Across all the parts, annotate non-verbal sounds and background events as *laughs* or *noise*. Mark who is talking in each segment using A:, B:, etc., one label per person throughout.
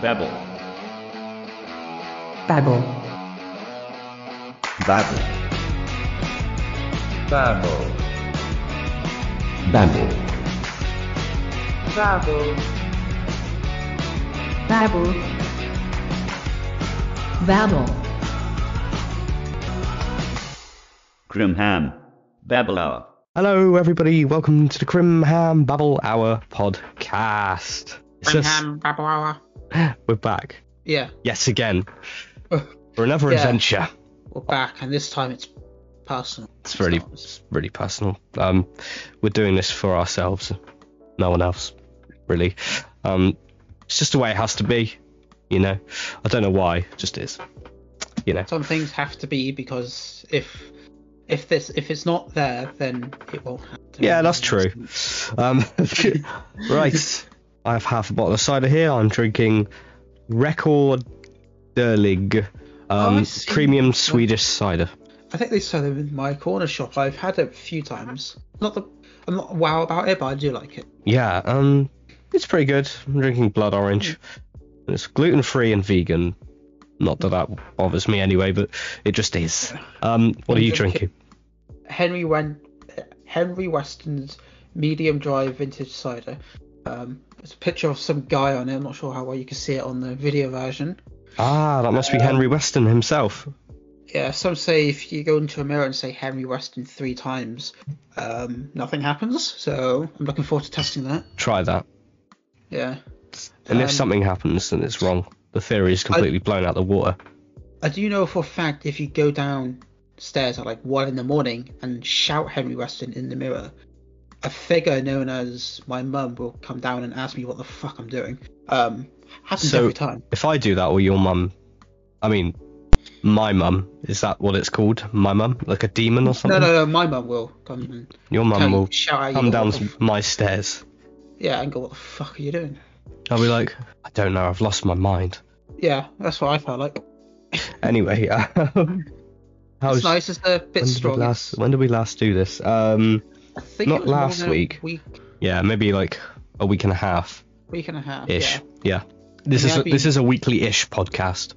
A: Babble.
B: Babble.
C: Babble.
D: Babble.
C: Babble.
B: Babble. Babble. Babble.
A: Grimham. Babble Hour.
E: Hello, everybody. Welcome to the Crimham Babble Hour podcast. It's us.
F: Birmingham, blah, blah, blah.
E: We're back.
F: Yeah,
E: Yes,
F: *sighs*
E: again. For another
F: Yeah.
E: adventure.
F: we're back, and this time it's personal.
E: It's really,
F: not- it's-
E: really personal. Um, we're doing this for ourselves. No one else, really. Um, it's just the way it has to be, you know. I don't know why. It just is. You know.
F: Some things have to be because if if this if it's not there, then it won't happen.
E: Yeah, that's true. Um, *laughs* right. I have half a bottle of cider here. I'm drinking Record Derlig
F: I
E: um,
F: see.
E: premium Swedish cider.
F: I think they sell them in my corner shop. I've had it a few times. Not the I'm not wow about it, but I do like it.
E: Yeah, um, it's pretty good. I'm drinking blood orange. And it's gluten free and vegan. Not that that bothers me anyway, but it just is. Um, what are you drinking?
F: Henry Wen Henry Weston's medium dry vintage cider. Um, it's a picture of some guy on it. I'm not sure how well you can see it on the video version.
E: Ah, that
F: Um,
E: must be Henry Weston himself.
F: Yeah, some say if you go into a mirror and say Henry Weston three times, um, nothing happens. So I'm looking forward to testing that.
E: Try that.
F: Yeah,
E: And
F: Um,
E: if something happens, then it's wrong. The theory is completely blown out the water.
F: I do know for a fact if you go downstairs at like one in the morning and shout Henry Weston in the mirror, a figure known as my mum will come down and ask me what the fuck I'm doing. Um, happens
E: So-
F: every time.
E: If I do that, or your mum, I mean, my mum, is that what it's called? My mum? Like a demon or
F: No,
E: something?
F: no, no, my mum will come and
E: Your mum
F: come
E: will
F: shout at you.
E: come
F: what
E: down
F: the f-
E: my stairs.
F: yeah, and go, what the fuck are you doing?
E: I'll be like, I don't know, I've lost my mind.
F: Yeah, that's what I felt like.
E: Anyway, *laughs* um, how's
F: It's nice, it's a bit
E: when did, we
F: strong.
E: last, when did we last do this? Um,
F: I think
E: Not
F: it was more
E: last
F: than a
E: week.
F: Week,
E: yeah, maybe like a week and a half
F: week and a half.
E: ish. Yeah.
F: Yeah.
E: This
F: I mean,
E: is
F: I've
E: a, this
F: been-
E: is a weekly ish podcast.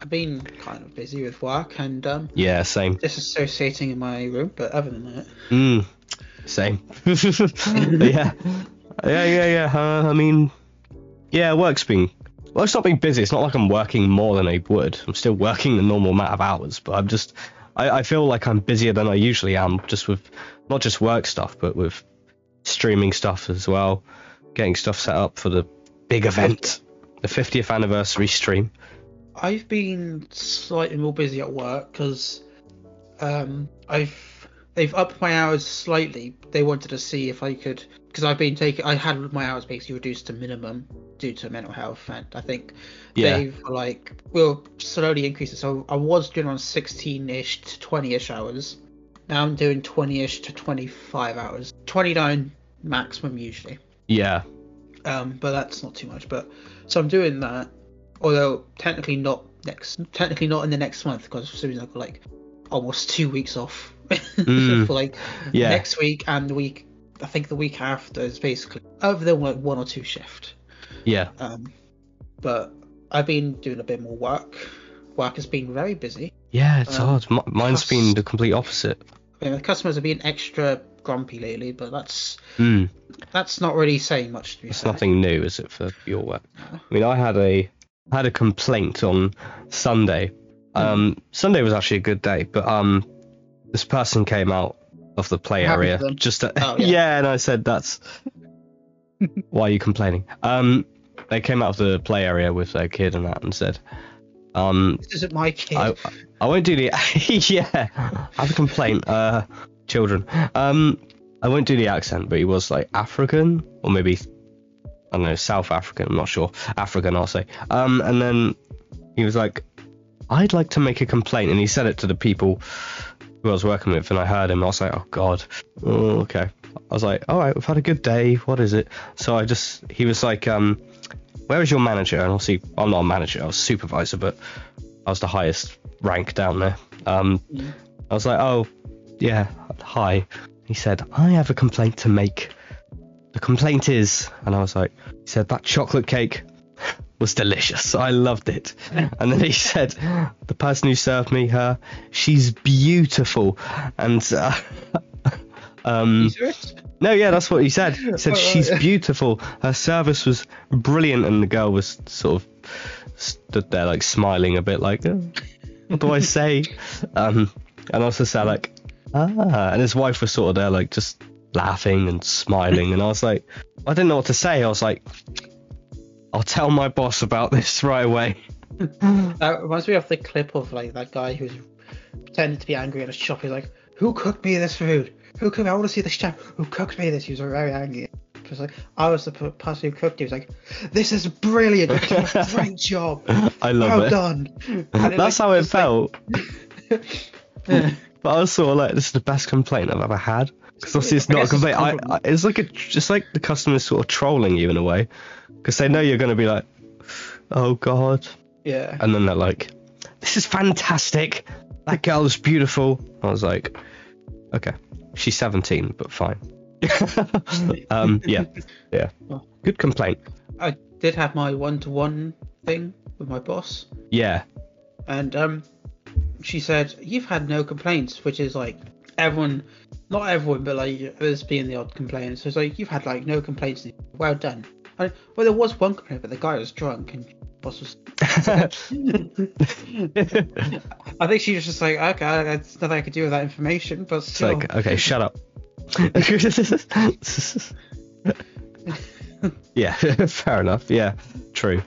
F: I've been kind of busy with work and um,
E: Yeah, same.
F: disassociating in my room, but other than that,
E: Mm, same. *laughs* But yeah, yeah, yeah, yeah. Uh, I mean, yeah, work's been. Well, it's not been busy. It's not like I'm working more than I would. I'm still working the normal amount of hours, but I'm just. I, I feel like I'm busier than I usually am, just with not just work stuff, but with streaming stuff as well, getting stuff set up for the big event, the 50th anniversary stream.
F: I've been slightly more busy at work because um, I've they've upped my hours slightly. They wanted to see if I could because I've been taking I had my hours basically reduced to minimum due to mental health, and I think
E: Yeah.
F: they were like we'll slowly increase it. So I was doing around 16ish to 20ish hours. Now I'm doing 20ish to 25 hours, 29 maximum usually
E: Yeah,
F: um, but that's not too much. But so I'm doing that, although technically not next, technically not in the next month because as soon as I've got like almost *laughs* two weeks off
E: Mm.
F: for *laughs* like
E: Yeah.
F: next week and the week, I think the week after is basically other than like one or two shift.
E: yeah.
F: Um, but I've been doing a bit more work. Work has been very busy.
E: Yeah, it's
F: Um,
E: odd. M- mine's been
F: plus-
E: the complete opposite.
F: I mean, the customers have been extra grumpy lately, but that's
E: Mm.
F: that's not really saying much to be
E: It's
F: fair.
E: nothing new, is it, for your work? I mean, I had a I had a complaint on Sunday. Um, Sunday was actually a good day, but um, this person came out of the play
F: What happened
E: area
F: to them?
E: just to,
F: Oh,
E: *laughs* yeah.
F: yeah.
E: and I said that's why are you complaining? Um, they came out of the play area with their kid and that and said, um,
F: This isn't my kid.
E: I, I won't do the *laughs* yeah. I have a complaint. Uh, children. Um, I won't do the accent, but he was like African or maybe I don't know South African. I'm not sure. African, I'll say. Um, and then he was like, I'd like to make a complaint, and he said it to the people who I was working with, and I heard him. I was like, oh god. Oh, okay. I was like, all right, we've had a good day. What is it? So I just he was like, um, where is your manager? And obviously, I'm not a manager. I was supervisor, but I was the highest rank down there. Um, I was like, oh, yeah, hi. He said, I have a complaint to make. The complaint is, and I was like, he said, that chocolate cake was delicious. I loved it. And then he *laughs* said, the person who served me her, she's beautiful. And uh, um,
F: serious?
E: no, yeah, that's what he said. He said
F: Alright.
E: she's beautiful. Her service was brilliant, and the girl was sort of stood there like smiling a bit, like, "Oh, what do I say? um, and also said like, ah, and his wife was sort of there like just laughing and smiling, and I was like, I didn't know what to say. I was like, I'll tell my boss about this right away. *laughs*
F: That reminds me of the clip of like that guy who's pretending to be angry at a shop. He's like, "Who cooked me this food? Who cooked? I want to see the chef who cooked me this." He was very angry. He was like, "I was the p- person who cooked it." He was like, "This
E: *laughs*
F: is brilliant! You've done a great job!
E: I love
F: well
E: it.
F: done!" And it,
E: That's
F: like,
E: how it
F: just, like,
E: felt.
F: *laughs*
E: but I was sort of like, this is the best complaint I've ever had. Because obviously it's
F: I
E: not a
F: guess it's a
E: complaint. I, I,
F: compliment.
E: it's like a, it's like the customer's sort of trolling you in a way, because they know you're going to be like, oh god,
F: yeah.
E: and then they're like, this is fantastic. That girl is beautiful. I was like, okay, she's 17, but fine. *laughs* um, yeah, yeah, good complaint.
F: I did have my one-to-one thing with my boss, *laughs*
E: Yeah, *laughs*
F: and um, she said, "You've had no complaints," which is like everyone, not everyone, but like there's been the odd complaint. So it's like you've had like no complaints. Well done. And, well, there was one complaint, but the guy was drunk and boss was. I think she was just like, okay, there's nothing I could do with that information, but
E: it's
F: still.
E: like okay, shut up. yeah, *laughs* fair enough. Yeah, true.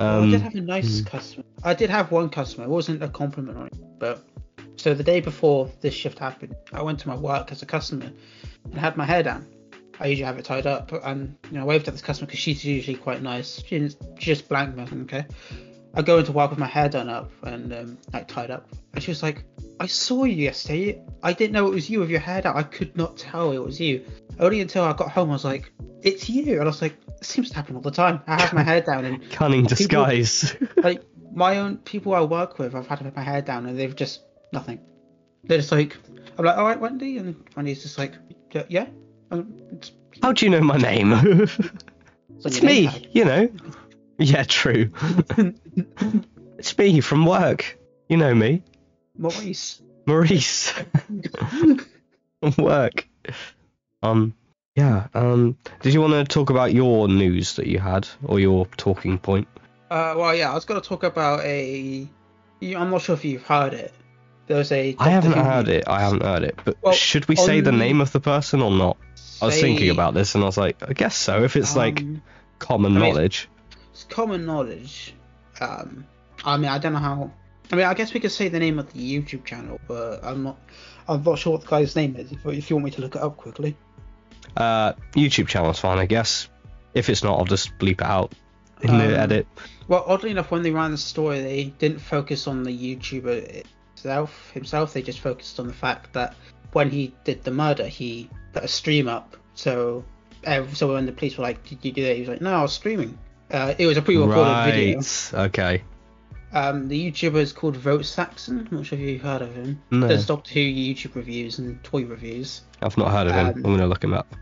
F: I did
E: Um,
F: have a nice customer. I did have one customer. It wasn't a compliment on it, but so the day before this shift happened, I went to my work as a customer and had my hair down. I usually have it tied up, and you know, I waved at this customer because she's usually quite nice. She, didn't, she just blanked me. I think, okay. I go into work with my hair done up and um, like tied up, and she was like, "I saw you yesterday. I didn't know it was you with your hair down. I could not tell it was you. Only until I got home, I was like." It's you, and I was like, it seems to happen all the time. I have my hair down, and
E: cunning disguise.
F: like my own people I work with, I've had to put my hair down and they've just nothing. They're just like, I'm like, all right, Wendy, and Wendy's just like, "Y- yeah, um, it's,
E: How do you know my name?
F: on
E: it's
F: your name
E: me,
F: tag."
E: you know. Yeah, true. it's me from work. You know me,
F: Maurice.
E: Maurice. from work. Um, yeah. Um, did you want to talk about your news that you had or your talking point?
F: Uh, well, yeah, I was gonna talk about a. You, I'm not sure if you've heard it. There was a.
E: I haven't heard it. I haven't heard it. But
F: Well,
E: should we say the
F: on-
E: name of the person or not? I was thinking about this and I was like, I guess so. If it's like common
F: Um, I mean-
E: knowledge.
F: It's common knowledge. Um, I mean, I don't know how. I mean, I guess we could say the name of the YouTube channel, but I'm not. I'm not sure what the guy's name is. If, if you want me to look it up quickly.
E: Uh, YouTube channel's fine, I guess. If it's not, I'll just bleep it out in
F: Um,
E: the edit.
F: Well, oddly enough, when they ran the story, they didn't focus on the YouTuber itself. Himself, they just focused on the fact that when he did the murder, he put a stream up. So, ev- so when the police were like, "Did you do that?" He was like, "No, I was streaming." Uh, it was a pre-recorded video.
E: Right. Okay.
F: Um, the YouTuber is called Vote Saxon. I'm not sure if you've heard of him.
E: No.
F: Does Doctor Who YouTube reviews and toy reviews.
E: I've not heard of him.
F: Um,
E: I'm gonna look him up.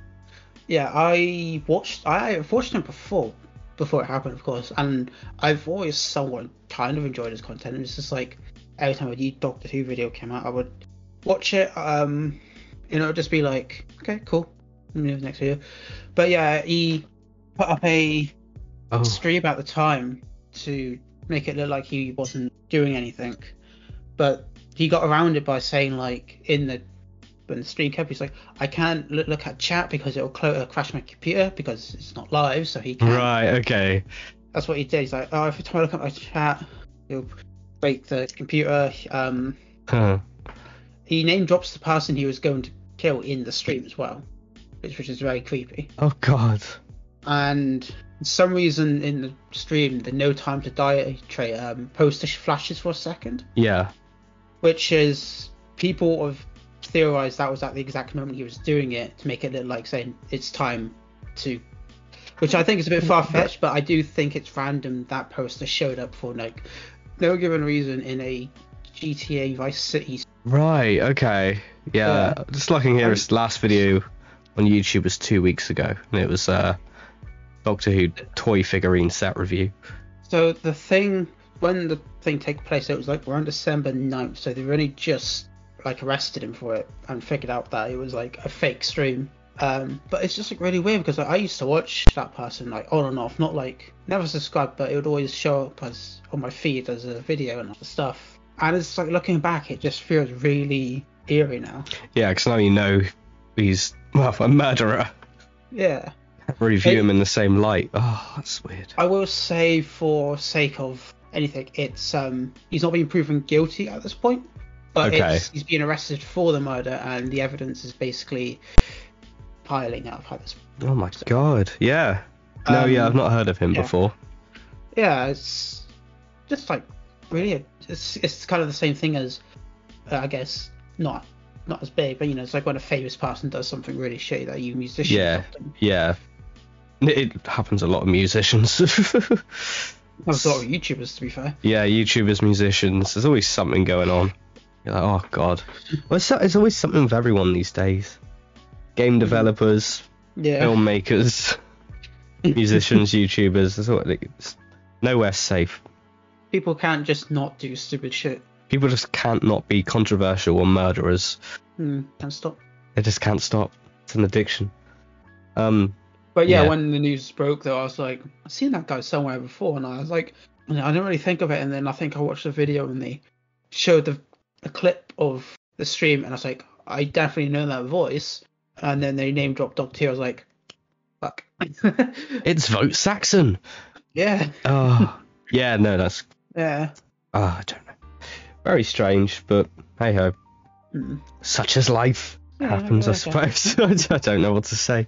F: Yeah, I watched. I I've watched him before, before it happened, of course, and I've always somewhat kind of enjoyed his content. It's just like every time a new Doctor Who video came out, I would watch it. Um, you know, just be like, okay, cool, move next video. But yeah, he put up a
E: Oh.
F: stream at the time to make it look like he wasn't doing anything. But he got around it by saying like in the when the stream kept, he's like, I can't look, look at chat because it'll cl- uh, crash my computer because it's not live, so he can't.
E: Right. Okay.
F: That's what he did. He's like, oh, every time I look at my chat, it'll break the computer. Um,
E: Huh.
F: he name drops the person he was going to kill in the stream as well, which which is very creepy.
E: Oh God.
F: and for some reason in the stream the no time to die tray um, poster flashes for a second
E: Yeah.
F: which is people have theorized that was at the exact moment he was doing it to make it look like saying it's time to which i think is a bit far-fetched but i do think it's random that poster showed up for like no given reason in a gta vice city
E: Right. Okay. Yeah. Just looking here, his last video on YouTube was two weeks ago, and it was uh Doctor Who toy figurine set review.
F: So the thing when the thing took place, it was like around December 9th, so they've only just like arrested him for it and figured out that it was like a fake stream. Um, but it's just like really weird because like, I used to watch that person like on and off, not like never subscribed, but it would always show up as on my feed as a video and stuff. And it's like looking back, it just feels really eerie now.
E: Yeah, because now you know he's well a murderer.
F: Yeah.
E: Really view
F: It-
E: him in the same light. Oh, that's weird.
F: I will say, for sake of anything, it's um he's not being proven guilty at this point, but
E: Okay.
F: it's, he's being arrested for the murder, and the evidence is basically piling up at this.
E: Oh my god. Yeah. No,
F: Um,
E: yeah, I've not heard of him
F: yeah.
E: before.
F: Yeah, it's just like really, it's it's kind of the same thing as, uh, I guess not not as big, but you know, it's like when a famous person does something really shitty that you musician.
E: Yeah.
F: Something.
E: Yeah. It it happens to a lot of musicians. *laughs*
F: I was sort of YouTubers to be fair.
E: yeah, YouTubers, musicians. There's always something going on. You're like, oh god. Well, it's, it's always something with everyone these days. Game developers,
F: Yeah.
E: filmmakers, musicians, YouTubers. There's al- it's nowhere safe.
F: People can't just not do stupid shit.
E: People just can't not be controversial or murderers.
F: Hmm, can't stop.
E: They just can't stop. It's an addiction. Um,
F: But yeah,
E: Yeah.
F: when the news broke, though, I was like, I've seen that guy somewhere before, and I was like, and I didn't really think of it. And then I think I watched a video and they showed the a clip of the stream, and I was like, I definitely know that voice. And then they name dropped Dr. T. I was like, fuck. *laughs*
E: it's Vote Saxon.
F: yeah,
E: Oh, yeah, no, that's
F: yeah.
E: Ah, I don't know. Very strange, but hey ho.
F: Hmm.
E: Such is life.
F: Yeah,
E: Happens, I
F: okay.
E: suppose. *laughs* I don't know what to say.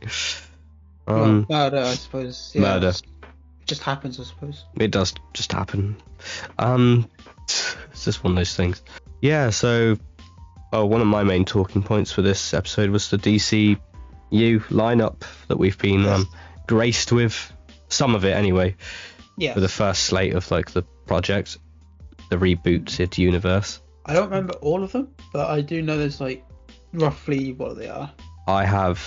F: Well,
E: Um,
F: murder, I suppose. Yeah,
E: murder.
F: it's- It just happens, I suppose.
E: it does just happen. Um, it's just one of those things. Yeah. So, oh, one of my main talking points for this episode was the DCU lineup that we've been um, graced with. Some of it, anyway,
F: Yeah.
E: for the first slate of like the project, the rebooted universe.
F: I don't remember all of them, but I do know there's like roughly what they are.
E: I have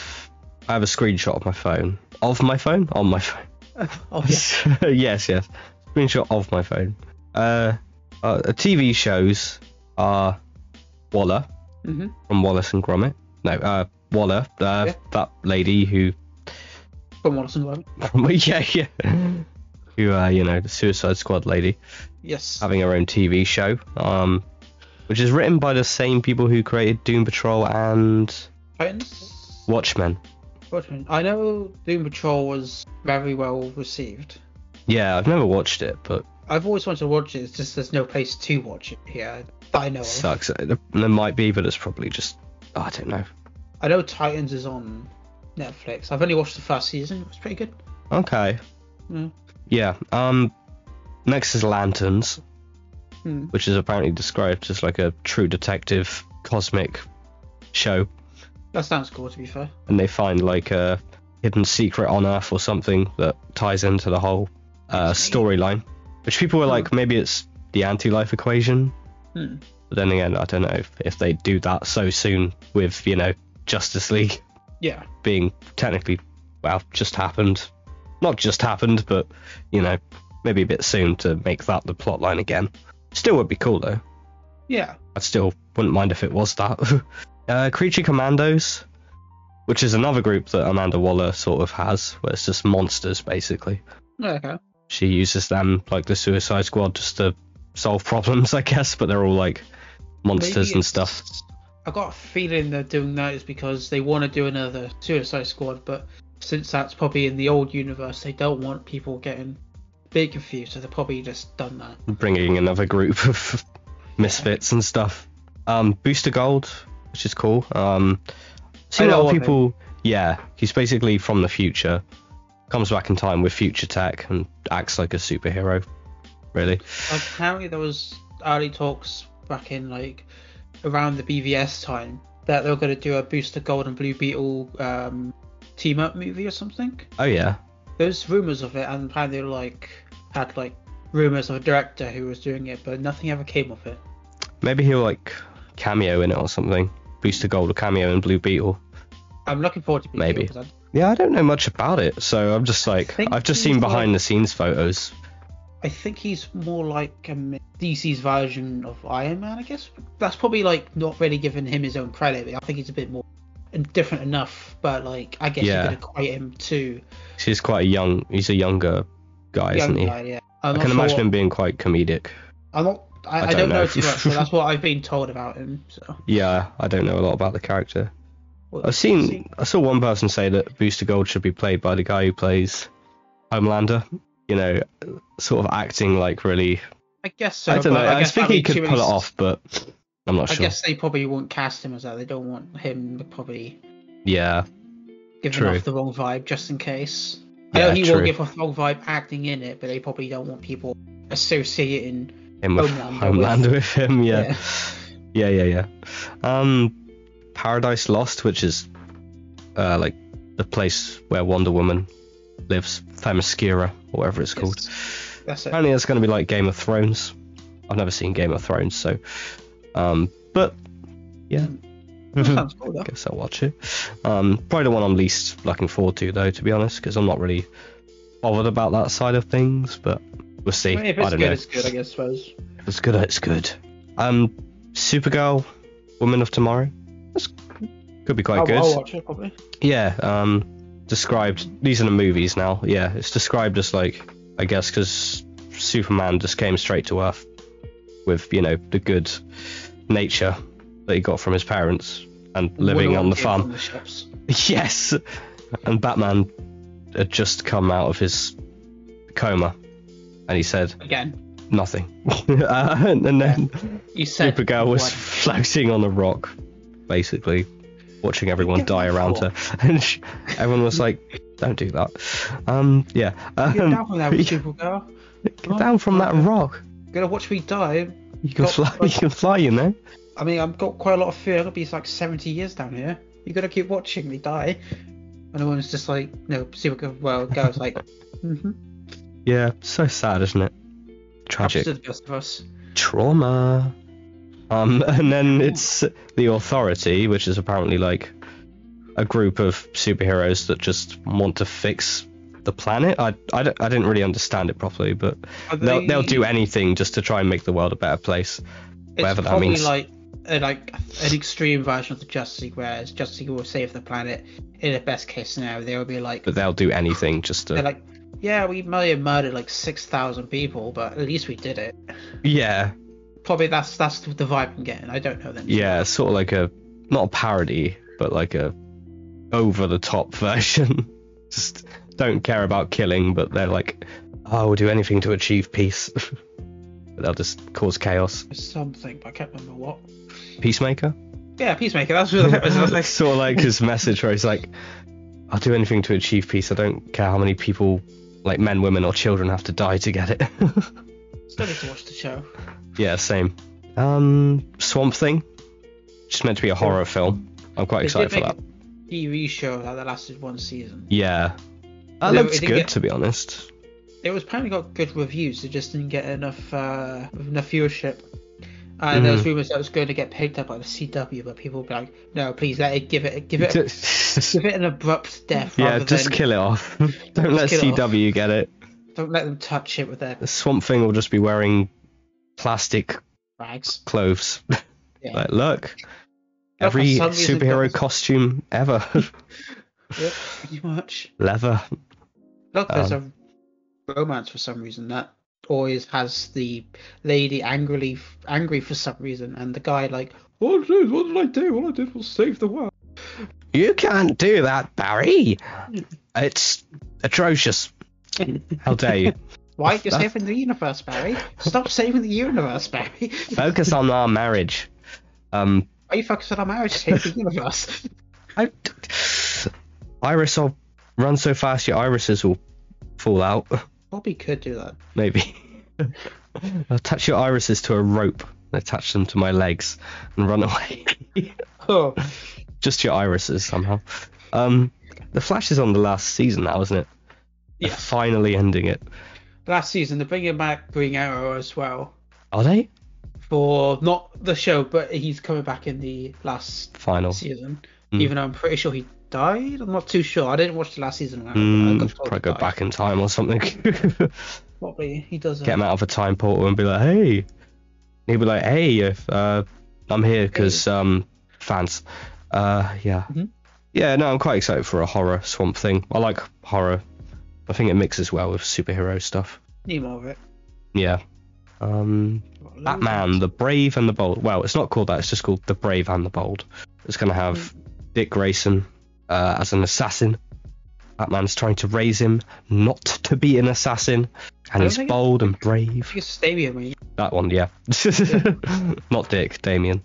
E: I have a screenshot of my phone. Of my phone? On my phone.
F: Oh,
E: *laughs*
F: yeah.
E: yes, yes. Screenshot of my phone. Uh, uh TV shows are Waller
F: hmm
E: from Wallace and Gromit. No, uh Waller, uh,
F: Yeah.
E: that lady who *laughs*
F: From Wallace and Gromit.
E: from yeah, yeah. Who uh, you know, the Suicide Squad lady
F: Yes.
E: having her own TV show. Um which is written by the same people who created Doom Patrol and
F: Titans?
E: Watchmen.
F: Watchmen. I know Doom Patrol was very well received.
E: Yeah, I've never watched it, but
F: I've always wanted to watch it, it's just there's no place to watch it here that I know of.
E: sucks. There there might be, but it's probably just I don't know.
F: I know Titans is on Netflix. I've only watched the first season, it was pretty good.
E: Okay.
F: Yeah.
E: Yeah. Um. Next is Lanterns,
F: Hmm.
E: which is apparently described as like a true detective cosmic show,
F: That sounds cool to be fair.
E: and they find like a hidden secret on Earth or something that ties into the whole uh, storyline. Which people were like, maybe it's the anti-life equation,
F: Hmm.
E: but then again, I don't know if, if they do that so soon with you know Justice League.
F: Yeah.
E: being technically well just happened not just happened but you know maybe a bit soon to make that the plot line again still would be cool though
F: Yeah.
E: i still wouldn't mind if it was that *laughs* uh, creature commandos which is another group that amanda waller sort of has where it's just monsters basically
F: Okay.
E: she uses them like the suicide squad just to solve *laughs* problems i guess but they're all like monsters
F: Maybe
E: and
F: it's-
E: stuff
F: I got a feeling they're doing that is because they want to do another Suicide Squad, but since that's probably in the old universe, they don't want people getting big confused, so they've probably just done that.
E: bringing another group of misfits and stuff. Um, Booster Gold, which is cool. Um, seen a
F: know
E: lot of
F: of him.
E: people. Yeah, he's basically from the future, comes back in time with future tech and acts like a superhero. Really?
F: apparently there was early talks back in like around the BVS time that they were going to do a Booster Gold and Blue Beetle um, team up movie or something.
E: Oh yeah.
F: There's rumors of it, and apparently they were, like had like rumors of a director who was doing it, but nothing ever came of it.
E: Maybe he'll like cameo in it or something. Booster Gold will cameo in Blue Beetle.
F: I'm looking forward to Blue
E: Maybe.
F: Beetle, 'cause
E: Yeah, I don't know much about it, so I'm just like
F: think
E: I've just
F: he's
E: seen
F: like-
E: behind the scenes photos.
F: I think he's more like um, DC's version of Iron Man, I guess. That's probably like not really giving him his own credit. But I think he's a bit more and different enough, but like I guess
E: Yeah.
F: you could equate him to
E: He's quite a young. He's a younger guy, isn't
F: young
E: he?
F: guy. Yeah, I'm
E: I
F: not
E: can
F: sure
E: imagine
F: what-
E: him being quite comedic.
F: I'm not. I, I, don't, know,
E: *laughs*
F: too much, but
E: if-
F: that's what I've been told about him. So
E: Yeah, I don't know a lot about the character.
F: Well,
E: I've seen. I saw one person say that Booster Gold should be played by the guy who plays Homelander. You know, sort of acting like really.
F: I guess so.
E: I don't know.
F: but I,
E: I,
F: guess
E: think
F: that'd
E: he
F: be
E: could
F: too
E: pull
F: many
E: it
F: s-
E: off, but I'm not
F: I
E: sure.
F: guess they probably won't cast him as that. They don't want him to probably
E: Yeah,
F: giving
E: True.
F: off the wrong vibe just in case. I
E: Yeah,
F: know he
E: true.
F: won't give off the wrong vibe acting in it, but they probably don't want people associating.
E: him with
F: Homelander
E: Homelander, with,
F: with-
E: him. *laughs* Yeah. yeah, yeah, yeah, Um, Paradise Lost, which is uh like the place where Wonder Woman lives, Themyscira, or whatever it's called.
F: That's it.
E: Apparently, it's going to be like Game of Thrones. I've never seen Game of Thrones, so um, but yeah. *laughs*
F: That sounds cool, though.
E: Guess I'll watch it. Um, probably the one I'm least looking forward to, though, to be honest, because I'm not really bothered about that side of things. But we'll see.
F: I mean, if
E: I
F: it's
E: don't
F: good,
E: know.
F: it's good. I guess. Suppose.
E: If it's good, it's good. Um, Supergirl, Woman of Tomorrow. That's could be quite
F: I'll,
E: good.
F: I'll watch it probably.
E: Yeah. Um, described. These are the movies now. Yeah, it's described as like I guess because Superman just came straight to Earth with you know the good nature that he got from his parents and living
F: Wonder
E: on the
F: Woman came
E: farm. *laughs*
F: from the ships.
E: Yes. And Batman had just come out of his coma and he said
F: Again,
E: nothing. *laughs* Uh, and then
F: you said
E: Supergirl was *laughs*
F: what?
E: floating on a rock, basically, watching everyone
F: Get
E: die
F: off
E: around her. *laughs* And she, everyone was like, don't do that. Um, yeah. Um,
F: Get down
E: *laughs*
F: from that,
E: yeah,
F: Supergirl.
E: get down from that rock.
F: Gonna watch me die.
E: You can
F: Not-
E: fly, *laughs* you can fly, you know?
F: *laughs* I mean, I've got quite a lot of fear. It'll be like 70 years down here. You gotta keep watching me die. And the woman's just like, no, Supergirl. Well,
E: *laughs*
F: girl's like, mm-hmm.
E: Yeah, so sad, isn't it? Tragic.
F: to the best of us.
E: trauma. Um, *laughs* and then it's the Authority, which is apparently like a group of superheroes that just want to fix the planet. I, I, don't- I didn't really understand it properly, but
F: Are
E: they'll, they'll
F: they-
E: do anything just to try and make the world a better place.
F: It's
E: whatever that
F: probably
E: means.
F: like a, like an extreme version of the Justice League, where it's Justice League will save the planet. In the best case scenario, they will be like,
E: But they'll do anything just to.
F: they're like, yeah, we may have murdered like 6,000 people, but at least we did it.
E: yeah,
F: Probably that's that's the vibe I'm getting. I don't know then.
E: yeah, sort of like a not a parody, but like a over the top *laughs* version. just don't care about killing, but they're like, oh, we'll do anything to achieve peace. *laughs* but they'll just cause chaos.
F: Something, but I can't remember what. *laughs*
E: Peacemaker. *laughs*
F: Yeah, Peacemaker. That's what that was. I was like,
E: sort of like his message where he's like, I'll do anything to achieve peace. I don't care how many people, like men, women, or children, have to die to get it.
F: *laughs*
E: *laughs*
F: still need to watch the show.
E: yeah, same. Um, Swamp Thing. Just meant to be a horror film. I'm quite
F: They
E: excited
F: did
E: for
F: make
E: that.
F: a TV show that that lasted one season.
E: Yeah. That
F: No,
E: looks
F: it
E: good,
F: didn't get-
E: to be honest.
F: It was apparently got good reviews. It just didn't get enough uh, enough viewership. And
E: Mm-hmm.
F: there was rumors that it was going to get picked up by the CW, but people were like, "No, please let it give it give it give it an abrupt death.
E: yeah,
F: rather
E: just
F: than,
E: kill it off. *laughs* Don't let
F: kill it off.
E: CW get it.
F: Don't let them touch it with their
E: The Swamp Thing will just be wearing plastic
F: rags."
E: clothes. *laughs*
F: Yeah.
E: like, look,
F: for
E: every
F: some reason,
E: superhero
F: guys-
E: costume ever. *laughs*
F: Yep, pretty much.
E: Leather.
F: Look, there's a romance for some reason that always has the lady angrily angry for some reason, and the guy like, "What did what did I do? All I did was save the world."
E: You can't do that, Barry. It's atrocious. How dare
F: *laughs*
E: you?
F: Why? You're
E: That's-
F: saving the universe, Barry. Stop saving the universe, Barry.
E: Focus on our marriage. Um,
F: Are you focusing on marriage? Save the universe.
E: I, Iris, I'll run so fast your irises will fall out.
F: Bobby could do that.
E: Maybe. *laughs* I'll attach your irises to a rope and attach them to my legs and run away. *laughs*
F: Oh,
E: Just your irises somehow. Um, the Flash is on the last season now, isn't it? They're
F: Yeah.
E: Finally ending it.
F: last season they're bringing back Green Arrow as well
E: Are they?
F: for not the show, but he's coming back in the last
E: Final.
F: season.
E: Mm.
F: Even though I'm pretty sure he died. I'm not too sure. I didn't watch the last season. when I- I
E: Mm,
F: got told
E: probably
F: he
E: go
F: died.
E: back in time or something. *laughs*
F: Probably he does.
E: get him out of a time portal and be like, hey. And he'd be like, hey, if, uh, I'm here because um, fans. Uh, yeah.
F: Mhm.
E: Yeah, no, I'm quite excited for a horror swamp thing. I like horror. I think it mixes well with superhero stuff.
F: Need more of it.
E: Yeah. Um, Batman, the Brave and the Bold. Well, it's not called that. It's just called the Brave and the Bold. It's going to
F: Mm-hmm.
E: have Dick Grayson uh, as an assassin. Batman's trying to raise him not to be an assassin, and
F: don't
E: he's
F: think it-
E: bold and brave.
F: If you stay with me.
E: That one, yeah. *laughs* Not Dick,
F: *laughs*
E: Damien.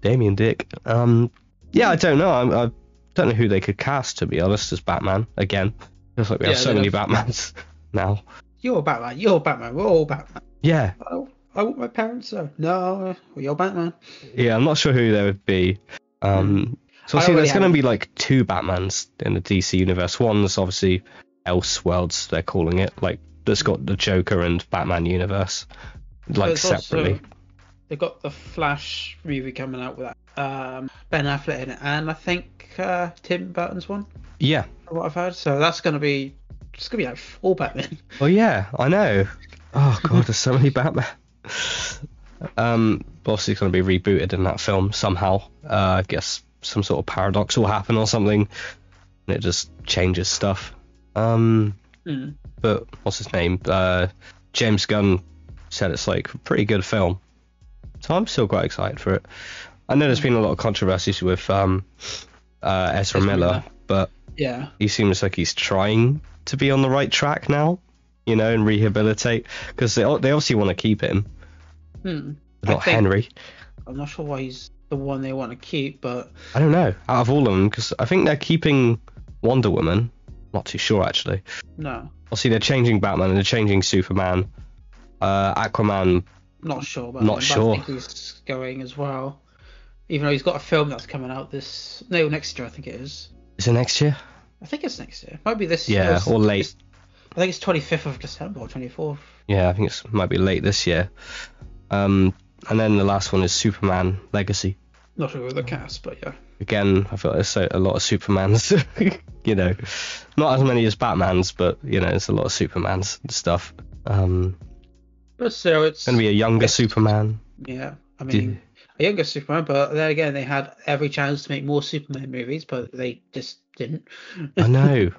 E: Damien Dick. Um, yeah, I don't know. I, I don't know who they could cast to be honest as Batman again. Feels like we have
F: Yeah,
E: so
F: they
E: many Batmans now.
F: You're Batman. You're Batman. We're all Batman.
E: Yeah,
F: Oh, I want my parents. So no, well, you're Batman.
E: yeah. I'm not sure who there would be. Um, so obviously
F: Hmm. I already
E: there's going
F: have-
E: to be like two Batmans in the DC universe. One's obviously Elseworlds, they're calling it. Like that's got the Joker and Batman universe,
F: But
E: like
F: it's also-
E: separately.
F: they got the Flash movie coming out with that. Um, Ben Affleck in it, and I think uh, Tim Burton's one.
E: Yeah.
F: From what I've heard, so that's gonna be it's gonna be like all Batman. *laughs*
E: Well, Oh, yeah, I know. Oh god, there's so many Batman. Um, but obviously it's going to be rebooted in that film somehow. Uh, I guess some sort of paradox will happen or something, and it just changes stuff. Um,
F: Hmm.
E: but what's his name? Uh, James Gunn said it's like a pretty good film, so I'm still quite excited for it. I know there's been a lot of controversies with um, uh, Ezra
F: Ezra
E: Miller,
F: Miller.
E: but
F: Yeah,
E: he seems like he's trying to be on the right track now, you know, and rehabilitate because they they obviously want to keep him,
F: hmm.
E: but
F: I
E: not
F: think-
E: Henry.
F: I'm not sure why he's the one they want to keep, but
E: I don't know out of all of them because I think they're keeping Wonder Woman. Not too sure actually.
F: no,
E: Obviously they're changing Batman and they're changing Superman. Uh, Aquaman,
F: not sure. But
E: Not
F: but
E: sure.
F: I think he's going as well. Even though he's got a film that's coming out this no next year, I think it is.
E: is it next year?
F: I think it's next year. Might be this year.
E: Yeah,
F: It's-
E: or late.
F: it's- I think it's 25th of December or 24th.
E: Yeah, I think it's might be late this year. Um, and then the last one is Superman Legacy.
F: Not sure
E: Mm.
F: with the cast, but yeah.
E: again, I feel like there's so, a lot of Supermans. *laughs* you know, not as many as Batmans, but you know, it's a lot of Supermans and stuff. Um,
F: But so it's
E: gonna be a younger
F: Yes.
E: Superman.
F: yeah. I mean, a younger Superman, but then again, they had every chance to make more Superman movies, but they just didn't.
E: I *laughs* know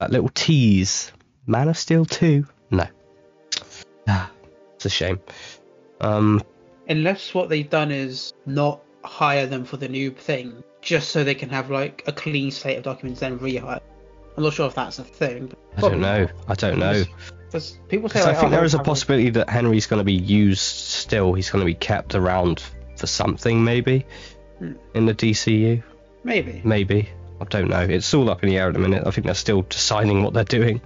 E: that little tease. Man of Steel two. No, *sighs* Ah, it's a shame. Um,
F: Unless what they've done is not hire them for the new thing, just so they can have like a clean slate of documents, then rehire. I'm not sure if that's a thing. But
E: I don't know. I don't know.
F: Because people say
E: Because I
F: like,
E: think
F: oh,
E: there is a
F: Hellhammer-
E: possibility that Henry's going to be used still. He's going to be kept around for something, maybe, in the DCU.
F: Maybe.
E: maybe. I don't know. It's all up in the air at the minute. I think they're still deciding what they're doing.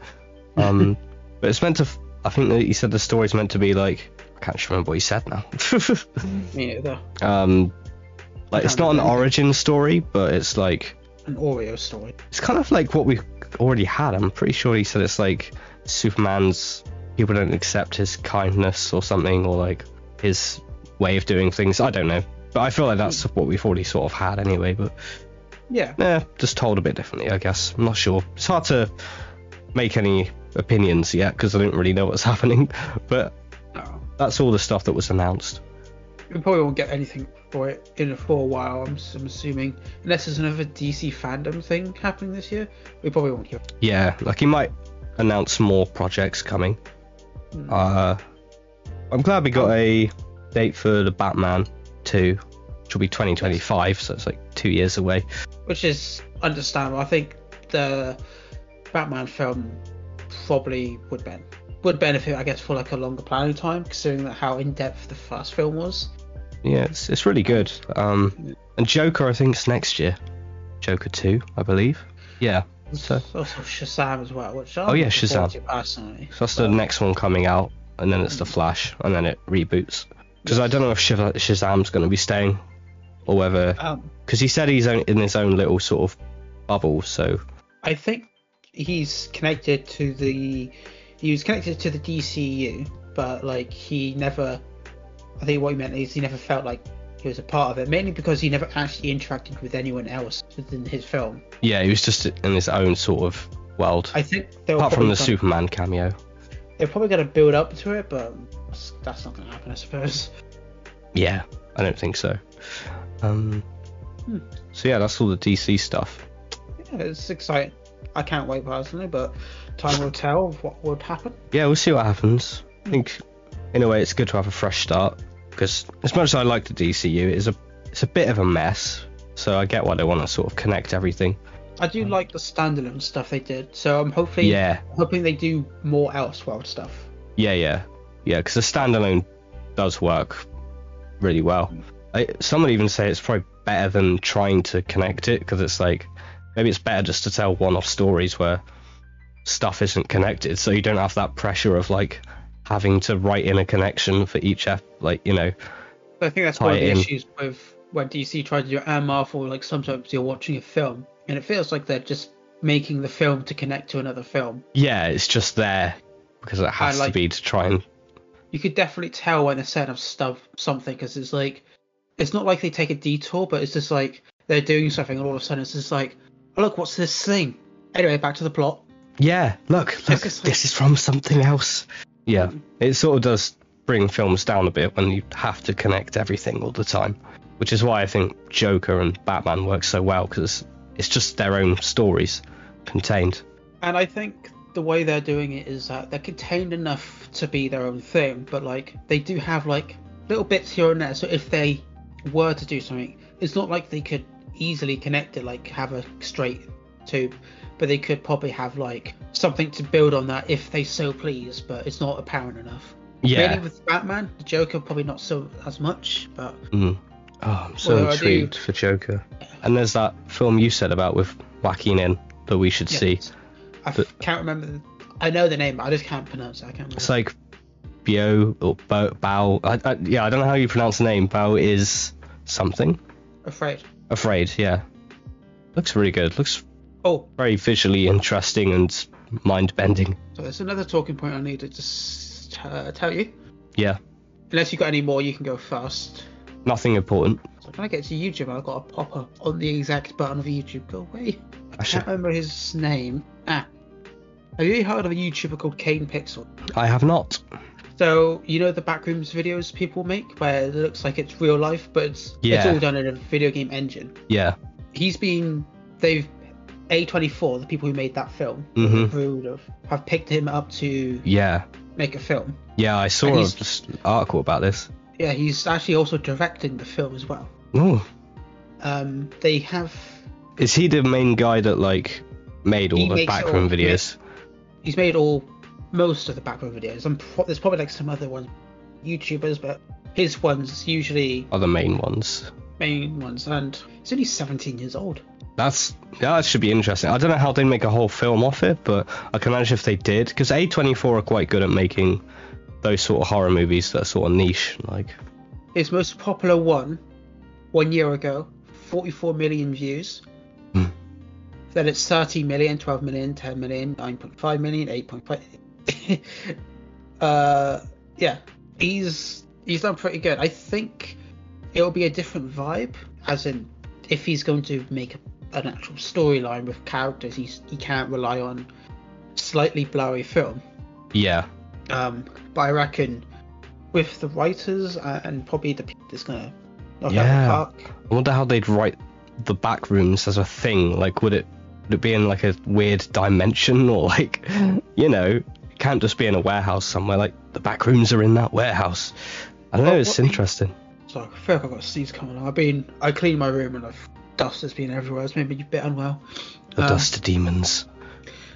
E: Um,
F: *laughs*
E: but it's meant to. f- I think that he said the story's meant to be like. I can't actually remember what he said now. *laughs*
F: You know, the,
E: um, like it's
F: Can't
E: not an
F: remember.
E: origin story, but it's like
F: an Oreo story.
E: it's kind of like what we already had. I'm pretty sure he said it's like Superman's people don't accept his kindness or something, or like his way of doing things. I don't know, but I feel like that's what we've already sort of had anyway. But
F: Yeah.
E: yeah, just told a bit differently, I guess. I'm not sure. It's hard to make any opinions yet because I don't really know what's *laughs* happening. But
F: No.
E: that's all the stuff that was announced.
F: we probably won't get anything for it in for a while. I'm, s- I'm assuming, unless there's another DC fandom thing happening this year, we probably won't get.
E: Yeah, like he might announce more projects coming. Uh, I'm glad we got a date for the Batman 2, which will be 2025, so it's like two years away.
F: Which is understandable. I think the Batman film probably would ben would benefit, I guess, for like a longer planning time, considering that how in depth the first film was.
E: Yeah, it's, it's really good. Um, and Joker, I think, is next year. Joker 2, I believe. Yeah. So
F: There's also Shazam as well, which I'm
E: Oh, yeah,
F: looking forward
E: Shazam.
F: to personally.
E: So that's the next one coming out, and then it's the Flash, and then it reboots. Because I don't know if Shaz- Shazam's going to be staying, or whether
F: Um,
E: because he said he's own, in his own little sort of bubble. So
F: I think he's connected to the he was connected to the DCU, but like he never I think what he meant is he never felt like he was a part of it, mainly because he never actually interacted with anyone else within his film.
E: yeah, he was just in his own sort of world.
F: I think they'll
E: Apart
F: probably
E: from the
F: gonna-
E: Superman cameo.
F: They're probably going to build up to it, but that's- that's not going to happen, I suppose.
E: Yeah, I don't think so. Um,
F: Hmm.
E: So yeah, that's all the DC stuff.
F: Yeah, it's exciting. I can't wait personally, but time will tell what would happen.
E: Yeah, we'll see what happens. I think, in a way, it's good to have a fresh start because as much as I like the DCU, it is a it's a bit of a mess. So I get why they want to sort of connect everything.
F: I do like the standalone stuff they did, so I'm hopefully
E: Yeah.
F: hoping they do more Elseworld stuff.
E: Yeah, yeah, yeah. Because the standalone does work really well. I, some would even say it's probably better than trying to connect it because it's like maybe it's better just to tell one-off stories where stuff isn't connected, so you don't have that pressure of like having to write in a connection for each ep- like you know
F: So I think that's
E: Tie
F: one of
E: it
F: the
E: in.
F: issues with when DC tried to do it and Marvel. Like sometimes you're watching a film and it feels like they're just making the film to connect to another film.
E: yeah, it's just there because it has
F: like-
E: to be to try and
F: You could definitely tell when they're setting up stuff something because it's like it's not like they take a detour, but it's just like they're doing something and all of a sudden it's just like, oh, look, what's this thing? Anyway, back to the plot.
E: yeah, look, look,
F: just like-
E: this is from something else. Yeah,
F: Mm-hmm.
E: it sort of does bring films down a bit when you have to connect everything all the time, which is why I think Joker and Batman work so well because it's just their own stories contained.
F: And I think the way they're doing it is that they're contained enough to be their own thing, but like they do have like little bits here and there. So if they were to do something, it's not like they could easily connect it, like have a straight tube, but they could probably have like something to build on that if they so please. But it's not apparent enough.
E: Yeah.
F: Really, with Batman, the Joker probably not so as much, but
E: Mm. Oh, I'm so
F: Although I do-
E: intrigued for Joker. And there's that film you said about with Joaquin in that we should see.
F: I f- can't remember. The, I know the name, but I just can't pronounce it. I can't remember.
E: It's like Bio or Bo, Bao. I, I, yeah, I don't know how you pronounce the name. Bao is something.
F: Afraid.
E: Afraid, yeah. Looks really good. Looks
F: Oh,
E: very visually interesting and mind bending.
F: So there's another talking point I need to just uh, tell you.
E: Yeah,
F: Unless you've got any more, you can go first.
E: nothing important.
F: So when I get to YouTube, I've got a popper on the exact button of YouTube. Go away.
E: I
F: Can't
E: should.
F: remember his name. Ah. Have you heard of a YouTuber called Kane Pixel?
E: I have not.
F: So you know the backrooms videos people make where it looks like it's real life, but it's it's
E: Yeah.
F: all done in a video game engine.
E: Yeah.
F: He's been they've A24, the people who made that film,
E: Mhm.
F: who have, have picked him up to
E: Yeah.
F: make a film.
E: Yeah. I saw
F: And
E: a
F: he's-
E: s- article about this.
F: Yeah, he's actually also directing the film as well.
E: Oh,
F: Um, they have
E: is he the main guy that like made all
F: He
E: the
F: makes it
E: backroom
F: all, yeah.
E: videos?
F: he's made all most of the background videos. I'm pro- there's probably like some other ones, YouTubers, but his ones usually
E: Are the main ones?
F: main ones. And he's only 17 years old.
E: That's yeah, that should be interesting. I don't know how they make a whole film off it, but I can imagine if they did, because A24 are quite good at making those sort of horror movies that are sort of niche. Like,
F: His most popular one, one year ago, 44 million views.
E: Hmm.
F: Then it's 30 million, 12 million, 10 million, 9.5 million, 8.5. *laughs* uh, yeah, he's he's done pretty good. I think it'll be a different vibe, as in if he's going to make a, an actual storyline with characters, he's he can't rely on slightly blurry film.
E: yeah,
F: Um, but I reckon with the writers uh, and probably the people that's gonna knock
E: Yeah.
F: out the park.
E: I wonder how they'd write the back rooms as a thing. Like, would it would it be in like a weird dimension or
F: *laughs*
E: like, you know, it can't just be in a warehouse somewhere. Like the back rooms are in that warehouse. I don't know.
F: Well,
E: it's
F: what-
E: interesting.
F: So I feel like I've got seeds coming on. I've been I cleaned my room and I've dust has been everywhere. It's made me a bit unwell.
E: The
F: Um,
E: dust demons.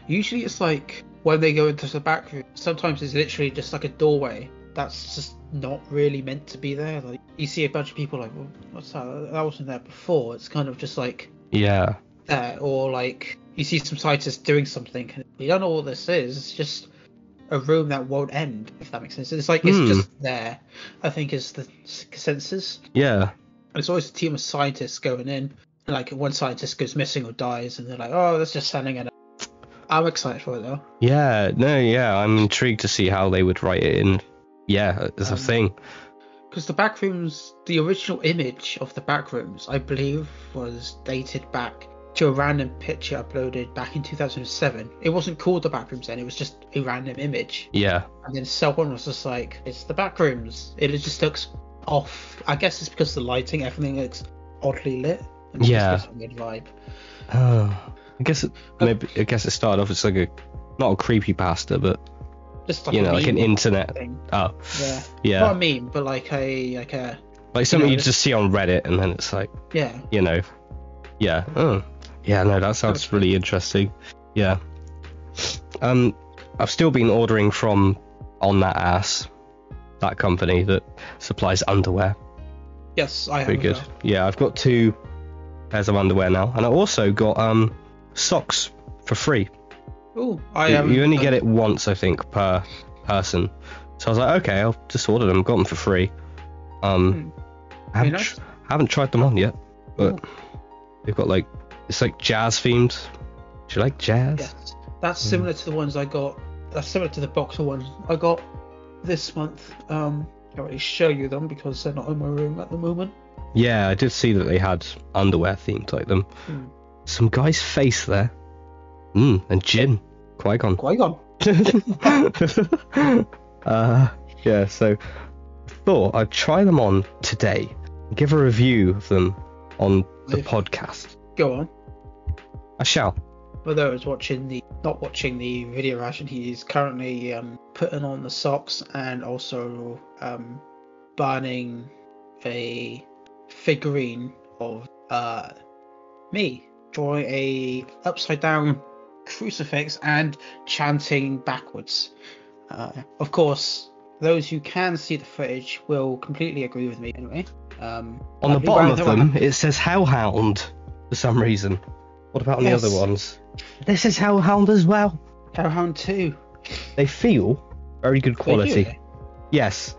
F: Usually it's like when they go into the back room. Sometimes it's literally just like a doorway that's just not really meant to be there. Like you see a bunch of people like, well, what's that? That wasn't there before. It's kind of just like
E: Yeah.
F: there, or like you see some scientists doing something. and You don't know what this is. It's just a room that won't end, if that makes sense. It's like it's
E: Hmm.
F: just there. I think is the s- consensus.
E: Yeah.
F: And it's always a team of scientists going in. And like one scientist goes missing or dies, and they're like, "Oh, that's just sending it." up." *laughs* I'm excited for it though.
E: Yeah. No. Yeah. I'm intrigued to see how they would write it in. Yeah, as a
F: Um,
E: thing.
F: Because the backrooms, the original image of the backrooms, I believe, was dated back to a random picture uploaded back in 2007. It wasn't called the Backrooms then; it was just a random image.
E: Yeah.
F: And then someone was just like, "It's the Backrooms." It just looks off. I guess it's because the lighting, everything looks oddly lit. And it just
E: Yeah.
F: gives a weird vibe. uh,
E: Oh, I guess it, maybe I guess it started off as like a not a creepy pasta, but
F: Just like
E: you
F: a
E: know, like an
F: meme
E: internet.
F: thing.
E: Oh,
F: Yeah.
E: yeah,
F: Not a meme, but like a like a
E: like something
F: know,
E: you just see on Reddit, and then it's like
F: yeah.
E: you know, yeah, oh, yeah. No, that sounds really interesting. Yeah. Um, I've still been ordering from on that ass, that company that supplies underwear.
F: Yes, I have.
E: Pretty
F: as
E: good.
F: well.
E: Yeah, I've got two pairs of underwear now, and I also got um socks for free.
F: Ooh, I
E: You-
F: am.
E: you only get it once, I think, per person. So I was like, okay, I'll just order them. Got them for free. Um, I
F: Hmm. Very
E: haven't,
F: nice. Oh.
E: tr- haven't tried them on yet, but they've got like it's like jazz themed. Do you like jazz?
F: Yes, that's
E: Hmm.
F: similar to the ones I got. That's similar to the boxer ones I got this month. Um, I can't really show you them because they're not in my room at the moment.
E: Yeah, I did see that they had underwear themed like them.
F: Hmm.
E: Some guy's face there. Mm, and gin. Qui Gon.
F: Qui Gon.
E: *laughs* uh, yeah, so thought I'd try them on today. Give a review of them on the
F: If-
E: podcast.
F: Go on.
E: I shall.
F: Although I was watching the not watching the video ration, he's currently um, putting on the socks and also um, burning a figurine of uh, me drawing a upside down crucifix and chanting backwards. Uh, of course, those who can see the footage will completely agree with me anyway. Um,
E: On the bottom
F: but- well,
E: of
F: there are-
E: them, it says Hellhound for some reason. What about on
F: Yes.
E: the other ones? This is Hellhound as well.
F: Hellhound 2.
E: They feel very good
F: They do,
E: quality.
F: eh?
E: Yes,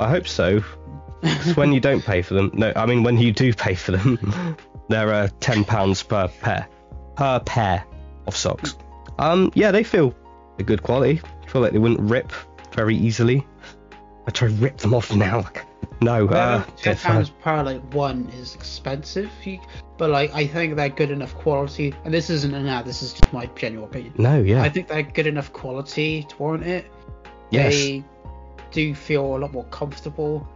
E: I hope so. 'Cause when you don't pay for them, no, I mean when you do pay for them, *laughs* they're uh, ten pounds per pair, per pair of socks. Um, yeah, they feel a good quality. I feel like they wouldn't rip very easily. I try to rip them off now. No, uh,
F: Their
E: they're fine.
F: pounds per like one is expensive, you- but like I think they're good enough quality. And this isn't an ad. This is just my general opinion.
E: No, yeah,
F: I think they're good enough quality to warrant it.
E: yes,
F: They do feel a lot more comfortable.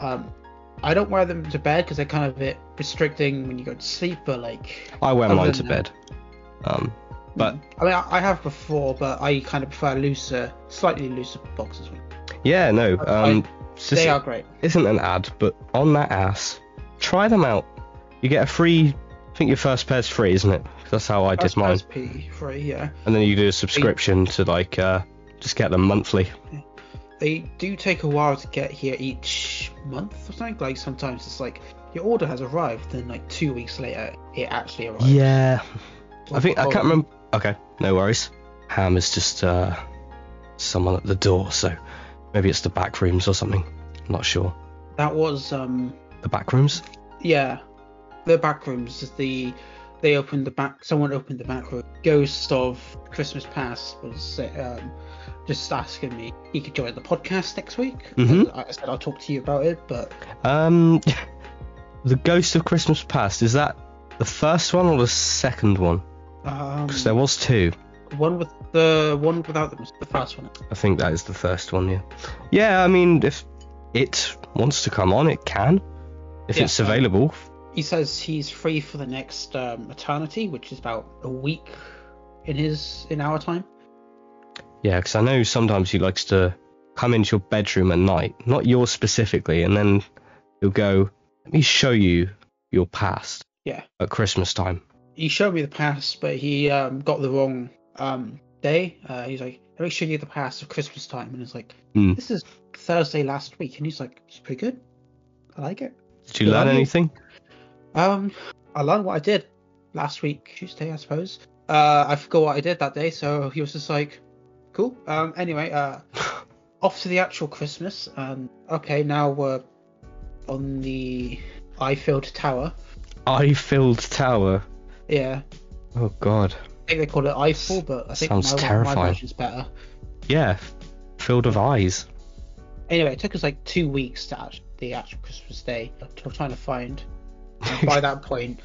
F: Um, I don't wear them to bed because they're kind of a bit restricting when you go to sleep. But like,
E: I wear
F: other
E: mine
F: than
E: to
F: that-
E: bed. Um, but
F: I mean, I, I have before, but I kind of prefer looser, slightly looser boxes.
E: yeah, no, um, it's just-
F: They are great.
E: isn't an ad, but on that ass, try them out. You get a free. I think your first pair's free, isn't it? 'Cause that's how I did mine.
F: P free, yeah.
E: And then you do a subscription to like uh, just get them monthly.
F: they do take a while to get here each month or something. Like sometimes it's like your order has arrived, then like two weeks later it actually arrives.
E: Yeah. I
F: Like,
E: think I
F: oh,
E: can't remember. Okay, no worries. Ham is just uh, someone at the door, so maybe it's the back rooms or something. I'm not sure.
F: That was um
E: The back rooms?
F: yeah, the back rooms is the they opened the back. Someone opened the back room. Ghost of Christmas Past was um just asking me he could join the podcast next week.
E: Mhm.
F: I I said I'll talk to you about it, but
E: Um, *laughs* the Ghost of Christmas Past is that the first one or the second one?
F: um
E: Because there was two.
F: one with the one without them was the first one.
E: I think that is the first one, yeah. Yeah, I mean, if it wants to come on, it can. If
F: Yeah.
E: it's available.
F: he says he's free for the next um, eternity, which is about a week in his in our time.
E: Yeah, because I know sometimes he likes to come into your bedroom at night, not yours specifically, and then he'll go, let me show you your past
F: Yeah,
E: at Christmas time.
F: he showed me the pass, but he um, got the wrong um, day. Uh, he's like, "Let me show you the pass of Christmas time," and it's like,
E: Hmm.
F: "This is Thursday last week," and he's like, "It's pretty good. I like it."
E: Did you
F: Yeah,
E: learn
F: I mean-
E: anything?
F: Um, I learned what I did last week, Tuesday, I suppose. Uh, I forgot what I did that day, so he was just like, "Cool." Um,
E: *laughs*
F: anyway, uh, off to the actual Christmas. Um, okay, now we're on the Eiffeld Tower.
E: I filled tower.
F: Yeah,
E: Oh, God.
F: I think they call it Eiffel, but I think
E: Sounds
F: my, my
E: terrifying.
F: version's better.
E: Yeah, filled of eyes.
F: Anyway, it took us like two weeks to actually,
E: *laughs*
F: the actual Christmas day to trying to find. And by that point,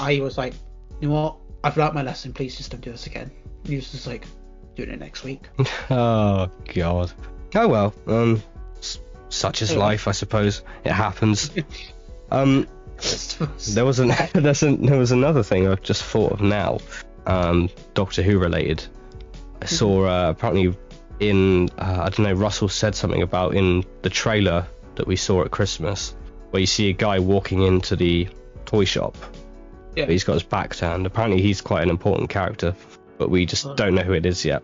F: I was like, you know what? I've learnt my lesson. Please just don't do this again. And He was just like, doing it next
E: *laughs*
F: week.
E: Oh god. Oh well. Um, s- such is
F: Oh, well.
E: life, I suppose. It happens. um,
F: Just-
E: there was an *laughs* there's an, there was another thing I've just thought of now. Um, Doctor Who related. I saw uh, apparently in uh, I don't know Russell said something about in the trailer that we saw at Christmas where you see a guy walking into the toy shop.
F: Yeah.
E: But he's got his back turned. Apparently he's quite an important character, but we just
F: Oh.
E: don't know who it is yet.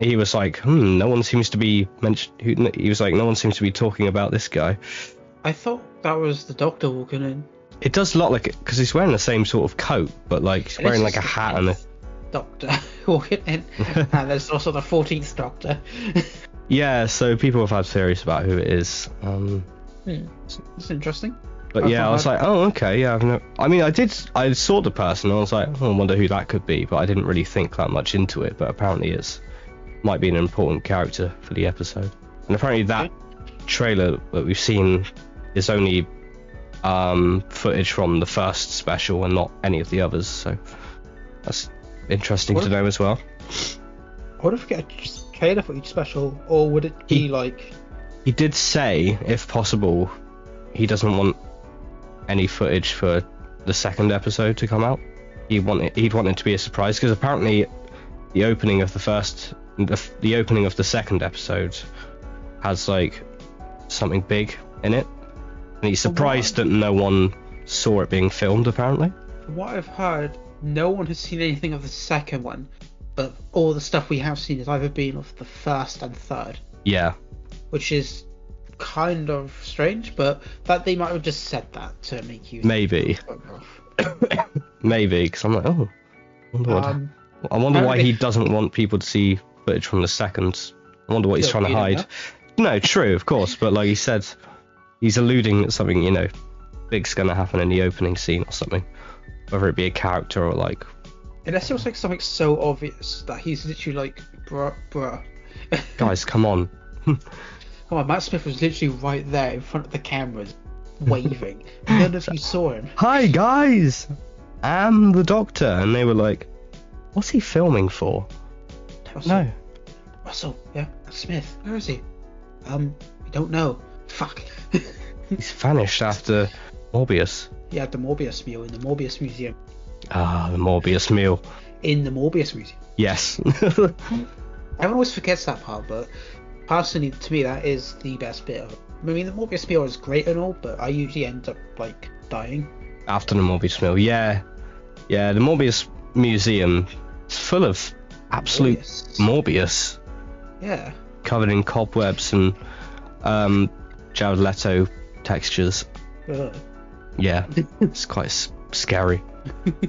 E: he was like, hmm, no one seems to be mentioned. Who, he was like, no one seems to be talking about this guy.
F: I thought that was the doctor walking in.
E: It does look like it because he's wearing the same sort of coat, but like he's
F: And
E: wearing like
F: it's
E: a
F: just the
E: hat and a
F: 10th Doctor *laughs* walking
E: *laughs*
F: in, and there's also the fourteenth Doctor. *laughs*
E: yeah. So people have had theories about who it is. Um,
F: Hmm. It's interesting.
E: but
F: I've
E: yeah,
F: not
E: I was
F: heard-
E: like, oh okay, yeah. I've no- I mean, I did. I saw the person. I was like, oh, I wonder who that could be, but I didn't really think that much into it. But apparently, it's might be an important character for the episode. And apparently, that trailer that we've seen is only um, footage from the first special and not any of the others. So that's interesting
F: What
E: to
F: if-
E: know as well.
F: What if we get a trailer for each special, or would it be
E: He-
F: like?
E: He did say, if possible, he doesn't want any footage for the second episode to come out. He wanted he'd want it to be a surprise because apparently the opening of the first the, f- the opening of the second episode has like something big in it, and he's
F: Oh, wow.
E: surprised that no one saw it being filmed. Apparently,
F: From what I've heard, no one has seen anything of the second one, but all the stuff we have seen has either been of the first and third,
E: yeah,
F: which is kind of strange. But that they might have just said that to make you.
E: maybe, maybe because I'm like, oh, I wonder what
F: Um,
E: I wonder why
F: Apparently-
E: he doesn't want people to see footage from the second. I wonder what he's
F: Yeah,
E: trying to
F: we don't
E: hide. No, true, of course, but like he said, he's alluding that something, you know, big's going to happen in the opening scene or something. Whether it be a character or like,
F: unless it was like something so obvious that he's literally like, bruh, bruh. *laughs*
E: guys, come on.
F: Come on, Matt Smith was literally right there in front of the cameras,
E: *laughs*
F: waving. None of you saw him.
E: Hi, guys! I'm the doctor. And they were like, what's he filming for?
F: Russell,
E: No.
F: Russell, yeah, Smith, where is he? Um, we don't know. Fuck. *laughs*
E: He's vanished after Morbius.
F: he had the Morbius meal in the Morbius Museum.
E: Ah, the Morbius meal.
F: In the Morbius Museum.
E: Yes. *laughs*
F: Everyone always forgets that part, but personally, to me, that is the best bit of it. I mean, the Morbius meal is great and all, but I usually end up, like, dying.
E: after the Morbius Mill. Yeah, yeah. The Morbius Museum is full of absolute
F: Morbius.
E: Morbius,
F: Yeah.
E: covered in cobwebs and um, Jared Leto textures.
F: Ugh.
E: Yeah, it's quite s- scary. *laughs*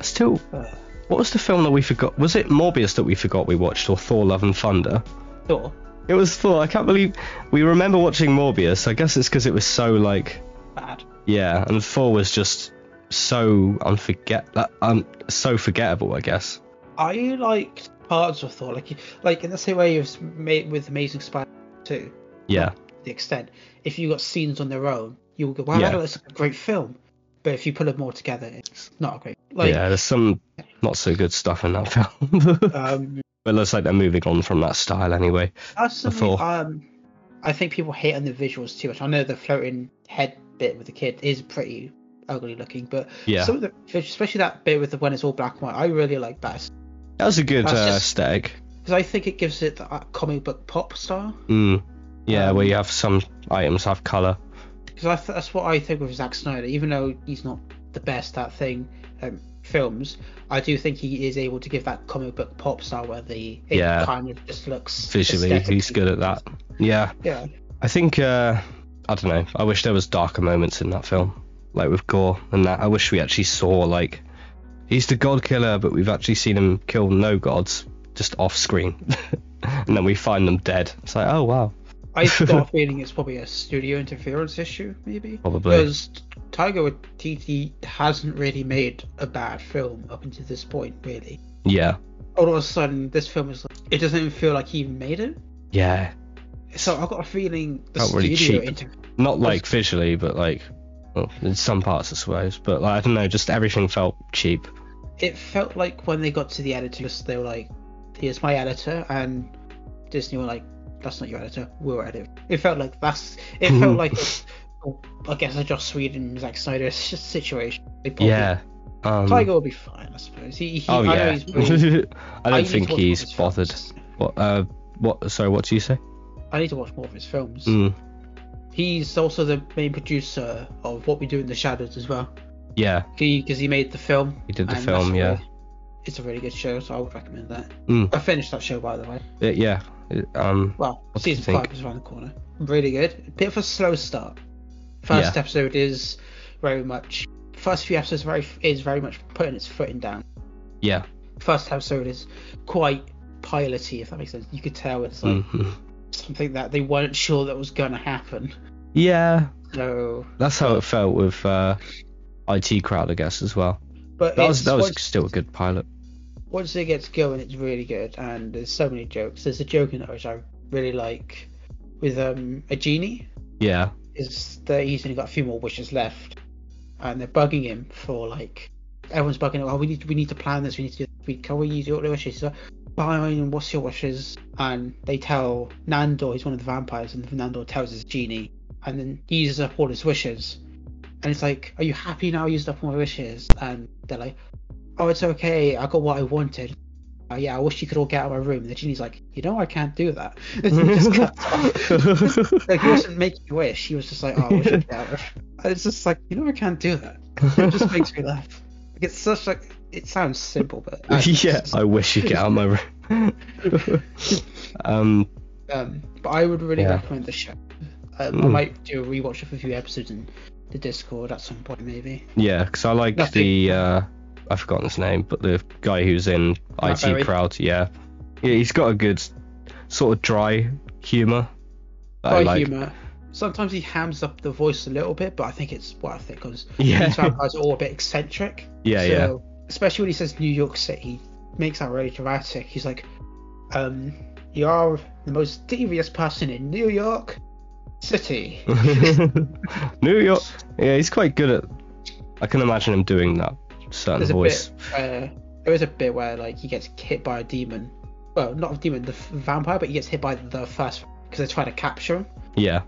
E: Still,
F: Ugh.
E: what was the film that we forgot? Was it Morbius that we forgot we watched, or Thor: Love and Thunder?
F: Sure.
E: It was Thor. I can't believe we remember watching Morbius. I guess it's because it was so like
F: Bad.
E: yeah, and Thor was just so unforget uh, um so forgettable. I guess.
F: I liked parts of Thor, like like in the same way you've made with Amazing Spider-Man 2,
E: Yeah.
F: the extent. If you got scenes on their own, you would go, "Wow,
E: Yeah.
F: that's a great film." But if you put them all together, it's not a great. Like,
E: yeah, there's some not so good stuff in that *laughs* film. but
F: um,
E: it looks like they're moving on from that style anyway.
F: personally,
E: Thor.
F: um, I think people hate on the visuals too much. I know the floating head bit with the kid is pretty ugly looking, but
E: Yeah.
F: some of the, especially that bit with the when it's all black and white, I really like that
E: That was a good uh,
F: That's just-
E: aesthetic.
F: because I think it gives it that comic book pop style.
E: Mm. Yeah,
F: Um,
E: where you have some items have colour.
F: because th- that's what I think of Zack Snyder. Even though he's not the best at thing um, films, I do think he is able to give that comic book pop style where the it
E: Yeah.
F: kind of just looks
E: Visually, he's
F: aesthetically-
E: good at that. Yeah,
F: Yeah,
E: I think uh, I don't know. I wish there was darker moments in that film, like with gore and that. I wish we actually saw like he's the god killer, but we've actually seen him kill no gods just off screen, *laughs* and then we find them dead. It's like, oh wow, *laughs*
F: I've got a feeling it's probably a studio interference issue, maybe.
E: probably.
F: Because Tiger with TT hasn't really made a bad film up until this point, really.
E: Yeah,
F: All of a sudden, this film is like it doesn't even feel like he even made it.
E: yeah.
F: So I've got a feeling the
E: Felt really
F: studio
E: cheap.
F: inter-
E: not like visually, but like Well, in some parts, I suppose, but like, I don't know, just everything felt cheap.
F: It felt like when they got to the editors, they were like, "Here's my editor," and Disney were like, "That's not your editor. We'll edit." It felt like that's. It
E: *laughs*
F: felt like, oh, I guess, a Joss Sweden, Zack Snyder s- situation. They probably-
E: Yeah. Um,
F: Tiger will be fine, I suppose. He, he,
E: Oh
F: I know
E: yeah. *laughs*
F: he's
E: I
F: really-
E: don't
F: I need to
E: think
F: watch more
E: he's
F: of his
E: bothered.
F: films.
E: What? Uh, what? Sorry, what do you say?
F: I need to watch more of his films.
E: Mm,
F: He's also the main producer of What We Do in the Shadows as well.
E: yeah,
F: He because he made the film.
E: he did the
F: and
E: film.
F: that's
E: Yeah.
F: really- it's a really good show, so I would recommend that.
E: Mm.
F: I finished that show by the way.
E: Uh, yeah. It- Um.
F: Well,
E: What do you
F: season
E: think?
F: five is around the corner. Really good. Bit of a slow start. First
E: Yeah.
F: episode is very much. First few episodes very is very much putting its footing down.
E: Yeah.
F: First episode is quite piloty, if that makes sense. You could tell it's like
E: mhm.
F: something that they weren't sure that was gonna happen.
E: Yeah.
F: So,
E: That's how it felt with uh, IT Crowd, I guess, as well.
F: but
E: That was
F: it's-
E: that was
F: once-
E: still a good pilot.
F: once it gets going, it's really good, and there's so many jokes. There's a joke in it which I really like with um a genie.
E: Yeah.
F: Is that he's only got a few more wishes left, and they're bugging him for like everyone's bugging him. Oh, we need we need to plan this. We need to do we can we use your wishes? He's like, Fine, what's your wishes? And they tell Nandor he's one of the vampires, and Nandor tells his genie, and then he uses up all his wishes. And it's like, are you happy now? I used up all my wishes, and they're like, oh, it's okay. I got what I wanted. Uh, yeah, I wish you could all get out of my room. And the genie's like, you know, I can't do that. *laughs*
E: *laughs*
F: Just cuts off. like he wasn't making a wish. He was just like, oh, I wish I could get out. of my-" It's just like, you know, *laughs* I can't do *laughs* that. It just makes me laugh. Like it's such like it sounds simple, *laughs* but um,
E: yeah. I wish you get out of my room. um.
F: Um, but I would really
E: Yeah.
F: recommend the show. Um, I
E: Mm.
F: might do a rewatch of a few episodes in the Discord at some point, maybe.
E: Yeah, because I like
F: Nothing.
E: the uh, I've forgotten his name, but the guy who's in
F: Matt Berry.
E: IT Crowd. Yeah, yeah, he's got a good sort of dry humor. that I
F: By
E: like.
F: humor. Sometimes he hams up the voice a little bit, but I think it's worth it because
E: *laughs* Yeah.
F: these vampires are all a bit eccentric.
E: Yeah, yeah,
F: So, Especially when he says New York City, he makes that really dramatic. He's like, um, you are the most devious person in New York City.
E: *laughs* New York. Yeah, he's quite good at. I can imagine him doing that certain
F: There's a
E: voice.
F: bit. Uh, there is a bit where like he gets hit by a demon. Well, not a demon, the f- vampire, but he gets hit by the first because they're trying to capture him.
E: Yeah,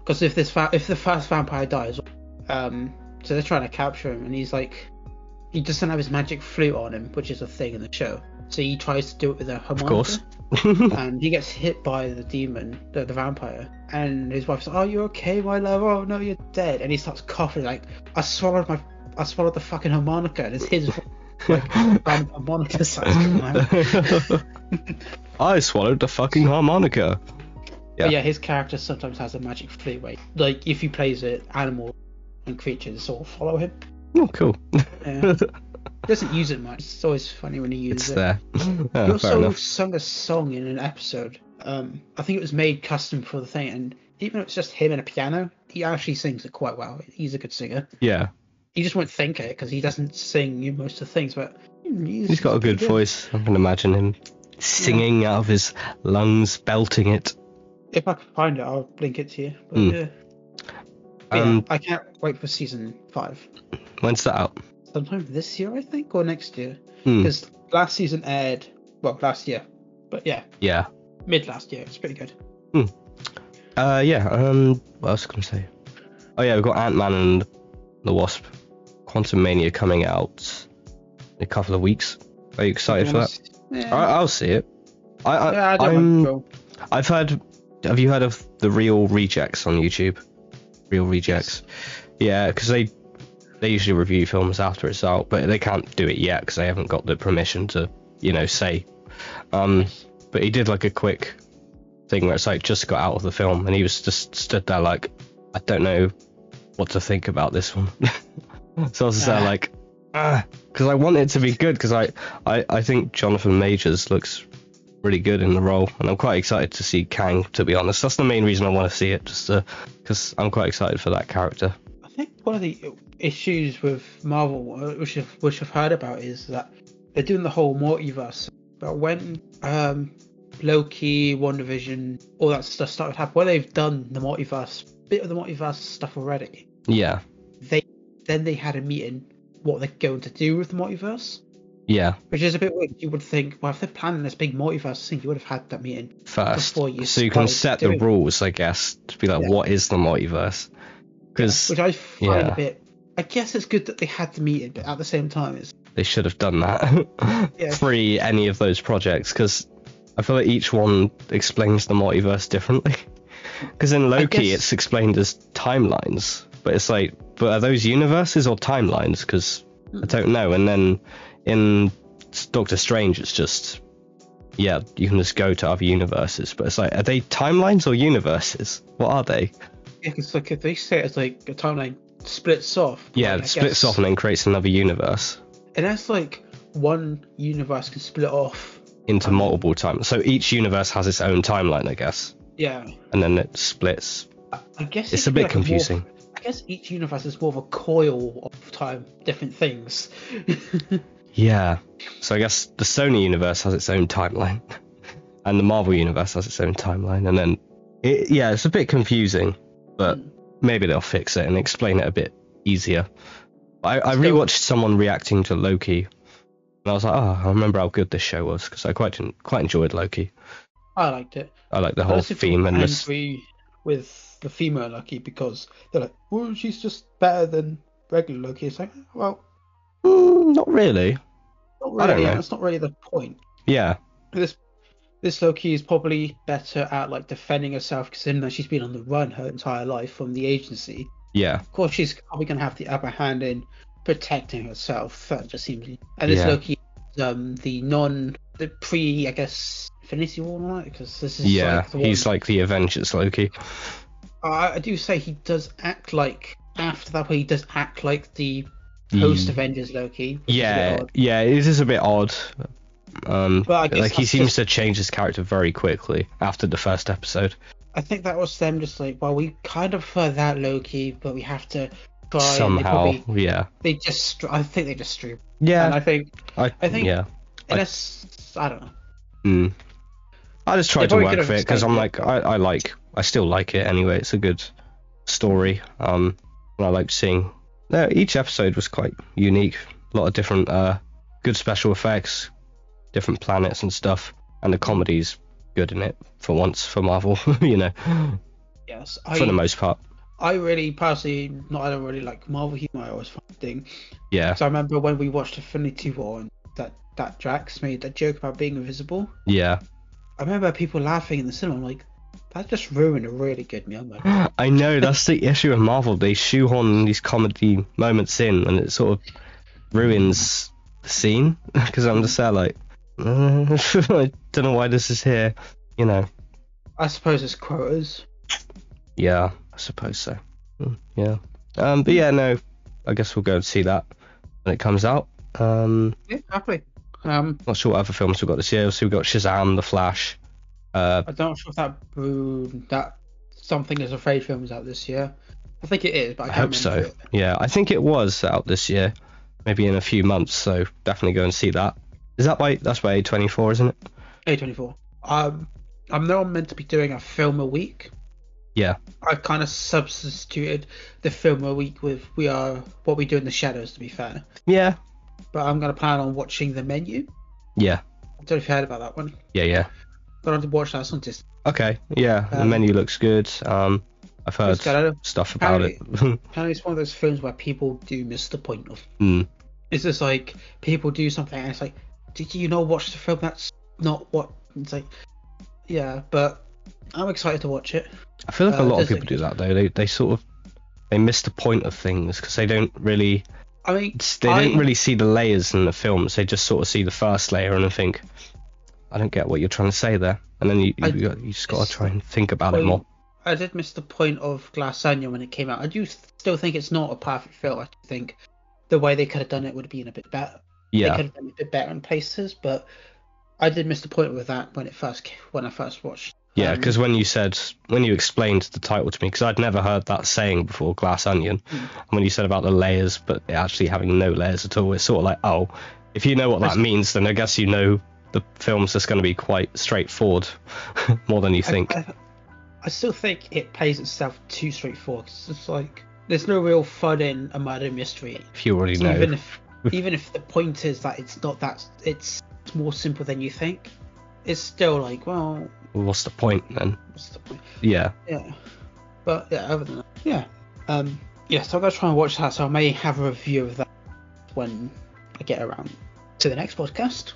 F: Because if this va- if the first vampire dies, um, so they're trying to capture him, and he's like, he doesn't have his magic flute on him, which is a thing in the show. So he tries to do it with a harmonica.
E: of
F: *laughs*
E: course.
F: and he gets hit by the demon, the, the vampire, and his wife's like, "Oh, you're okay, my love? Oh no, you're dead." And he starts coughing like, "I swallowed my, I swallowed the fucking harmonica," and it's his
E: *laughs*
F: like um, harmonica sounds coming out.
E: I swallowed the fucking harmonica.
F: But yeah, his character sometimes has a magic flute. Where, like if he plays it, animal and creatures all follow him.
E: Oh, cool. *laughs*
F: Yeah. Doesn't use it much. It's always funny when he
E: It's
F: uses it. *laughs*
E: there. Yeah,
F: He
E: fair
F: also
E: enough.
F: sung a song in an episode. Um, I think it was made custom for the thing, and even though it's just him and a piano, he actually sings it quite well. He's a good singer.
E: Yeah,
F: He just won't think it because he doesn't sing in most of the things, but he's,
E: he's got a good
F: pretty
E: voice. I can imagine him singing out of his lungs, belting it.
F: If I can find it, I'll link it to you. But,
E: Hmm.
F: yeah. But yeah,
E: Um,
F: I can't wait for season five.
E: when's that out?
F: Sometime this year, I think, or next year,
E: Hmm,
F: because last season aired well last year, but yeah,
E: yeah.
F: mid last year. It's pretty good.
E: Uh, yeah. Um, what else can I say? Oh yeah, we've got Ant Man and the Wasp, Quantum Mania coming out in a couple of weeks. Are you excited for that?
F: Yeah,
E: I, I'll see it. I, I,
F: yeah, I don't mind.
E: I'm,
F: Joel.
E: I've heard. Have you heard of the Real Rejects on YouTube? Real Rejects. Yeah, because they they usually review films after it's out, but they can't do it yet because they haven't got the permission to, you know, say. Um, but he did like a quick thing where it's like just got out of the film and he was just stood there like, I don't know what to think about this one. *laughs* so I was just there
F: Ah.
E: like, ah, because I want it to be good because I, I I think Jonathan Majors looks really good in the role, and I'm quite excited to see Kang. To be honest, that's the main reason I want to see it, just because I'm quite excited for that character.
F: I think one of the issues with Marvel, uh, which I've, which I've heard about, is that they're doing the whole multiverse. But when um, Loki, WandaVision, all that stuff started happening, well, they've done the multiverse, bit of the multiverse stuff already.
E: Yeah,
F: they then they had a meeting what they're going to do with the multiverse,
E: Yeah,
F: which is a bit weird. You would think, well, if they're planning this big multiverse thing, you would have had that meeting.
E: first.
F: Before you
E: so you can
F: started
E: set the
F: doing it.
E: rules, I guess, to be like,
F: Yeah.
E: what is the multiverse? Because
F: Which I find
E: Yeah.
F: a bit. I guess it's good that they had the meeting, but at the same time, it's
E: they should have done that *laughs*
F: Yeah.
E: pre any of those projects because I feel like each one explains the multiverse differently. *laughs* Because in Loki,
F: guess-
E: it's explained as timelines, but it's like, but are those universes or timelines? Because
F: Hmm.
E: I don't know. And then in Doctor Strange, it's just, yeah, you can just go to other universes, but it's like, are they timelines or universes? What are they?
F: yeah, 'cause like if they say it's like a timeline splits off.
E: Yeah,
F: like, I
E: it splits
F: guess-
E: off and then creates another universe.
F: And that's like one universe can split off.
E: into multiple times. So each universe has its own timeline, I guess,
F: Yeah,
E: and then it splits.
F: I guess it
E: It's a
F: could be
E: bit
F: like more-
E: confusing.
F: I guess each universe is more of a coil of time, different things. *laughs*
E: Yeah. So I guess the Sony universe has its own timeline, *laughs* and the Marvel universe has its own timeline, and then it, yeah, it's a bit confusing, but maybe they'll fix it and explain it a bit easier. I, I
F: Still-
E: rewatched someone reacting to Loki, and I was like, oh, I remember how good this show was because I quite quite enjoyed Loki.
F: I liked it.
E: I like the
F: I
E: whole
F: also feel
E: theme and the s-
F: angry with the female Loki because they're like, well, she's just better than regular Loki. It's like, well,
E: Mm, not really.
F: not
E: I don't
F: really.
E: know.
F: That's not really the point.
E: Yeah.
F: This this Loki is probably better at like defending herself because in that she's been on the run her entire life from the agency.
E: Yeah.
F: Of course, she's probably gonna have the upper hand in protecting herself. That just seems. And this
E: Yeah.
F: Loki, is, um, the non, the pre, I guess, Infinity War, right? Because this is
E: Yeah,
F: like the one-
E: he's like the Avengers Loki.
F: I I do say he does act like after that point he does act like the post Avengers Loki. which is a bit
E: Mm. Yeah,
F: odd.
E: yeah, it is a bit odd. Um,
F: But I guess
E: like he
F: that's
E: seems
F: just-
E: to change his character very quickly after the first episode.
F: I think that was them just like, well, we kind of prefer that Loki, but we have to try. and
E: Somehow,
F: they, probably,
E: yeah,
F: they just, str- I think they just stream. And I
E: yeah,
F: think
E: I,
F: I think-
E: yeah. I-
F: unless I, don't know.
E: Mm. I just tried to
F: probably
E: work
F: could've
E: with it because
F: extended
E: I'm
F: it.
E: like, I, I like, I still like it anyway. It's a good story. Um, and I liked seeing. No, each episode was quite unique. A lot of different, uh, good special effects, different planets and stuff, and the comedy's good in it for once for Marvel. *laughs* you know,
F: Yes,
E: for the
F: I,
E: most part.
F: I really personally, not I don't really like Marvel humor. I always find a thing.
E: Yeah,
F: So I remember when we watched Infinity War and that that Drax made that joke about being invisible.
E: yeah.
F: I remember people laughing in the cinema. I'm like, that just ruined a really good meal. man."
E: I know that's the issue with Marvel. They shoehorn these comedy moments in, and it sort of ruins the scene. *laughs* Because I'm just there like, *laughs* uh, I don't know why this is here. You know,
F: I suppose it's quotas.
E: yeah, I suppose so. Mm, Yeah. Um, but yeah, no, I guess we'll go and see that when it comes out. Um,
F: Yeah, happily. Um,
E: not sure what other films we've got this year. So we've got Shazam, The Flash. Uh,
F: I'm not sure if that Brood, that something is afraid film is out this year. I think it is, but I,
E: I
F: can't
E: hope so.
F: remember it.
E: Yeah, I think it was out this year, maybe in a few months. So definitely go and see that. Is that by that's by A24, isn't it?
F: A24. Um, I know I'm meant to be doing a film a week.
E: Yeah.
F: I kind of substituted the film a week with we are what we do in the shadows. To be fair,
E: Yeah.
F: but I'm gonna plan on watching the menu.
E: Yeah.
F: I don't know if you heard about that one,
E: Yeah. Yeah.
F: but I have to watch that on Disney.
E: Okay. Yeah. the
F: Um,
E: menu looks good. Um, I've heard
F: It's got a-
E: stuff about it. *laughs*
F: Apparently, it's one of those films where people do miss the point of.
E: Mm,
F: It's just like people do something, and it's like, did you not watch the film? That's not what. It's like, yeah, but I'm excited to watch it.
E: I feel like a
F: Uh,
E: lot of
F: does it-
E: people do that though. They they sort of they miss the point of things because they don't really
F: I mean,
E: they
F: I-
E: don't really see the layers in the films. They just sort of see the first layer and then think, I don't get what you're trying to say there. And then you
F: I-
E: you, got- you just gotta
F: it's-
E: try and think about it
F: Well,
E: more.
F: I did miss the point of Glass Onion when it came out. I do still think it's not a perfect film. I think the way they could have done it would have been a bit better. They
E: Yeah.
F: could have done it a bit better in places, but I did miss the point with that when it first ca- when I first watched.
E: Yeah,
F: um,
E: because when you said when you explained the title to me, because I'd never heard that saying before, glass onion.
F: Mm.
E: And when you said about the layers, but it actually having no layers at all, it's sort of like, oh, if you know what that means, then I guess you know the film's just going to be quite straightforward, *laughs* more than you think.
F: I, I still think it plays itself too straightforward. 'cause it's like there's no real fun in a murder mystery.
E: If you already know.
F: Even if even if the point is that it's not that it's more simple than you think, it's still like, well,
E: What's the point then?
F: what's the point?
E: Yeah.
F: Yeah. But yeah, other than that, yeah. Um, yeah, so I'm gonna try and watch that. So I may have a review of that when I get around to the next podcast,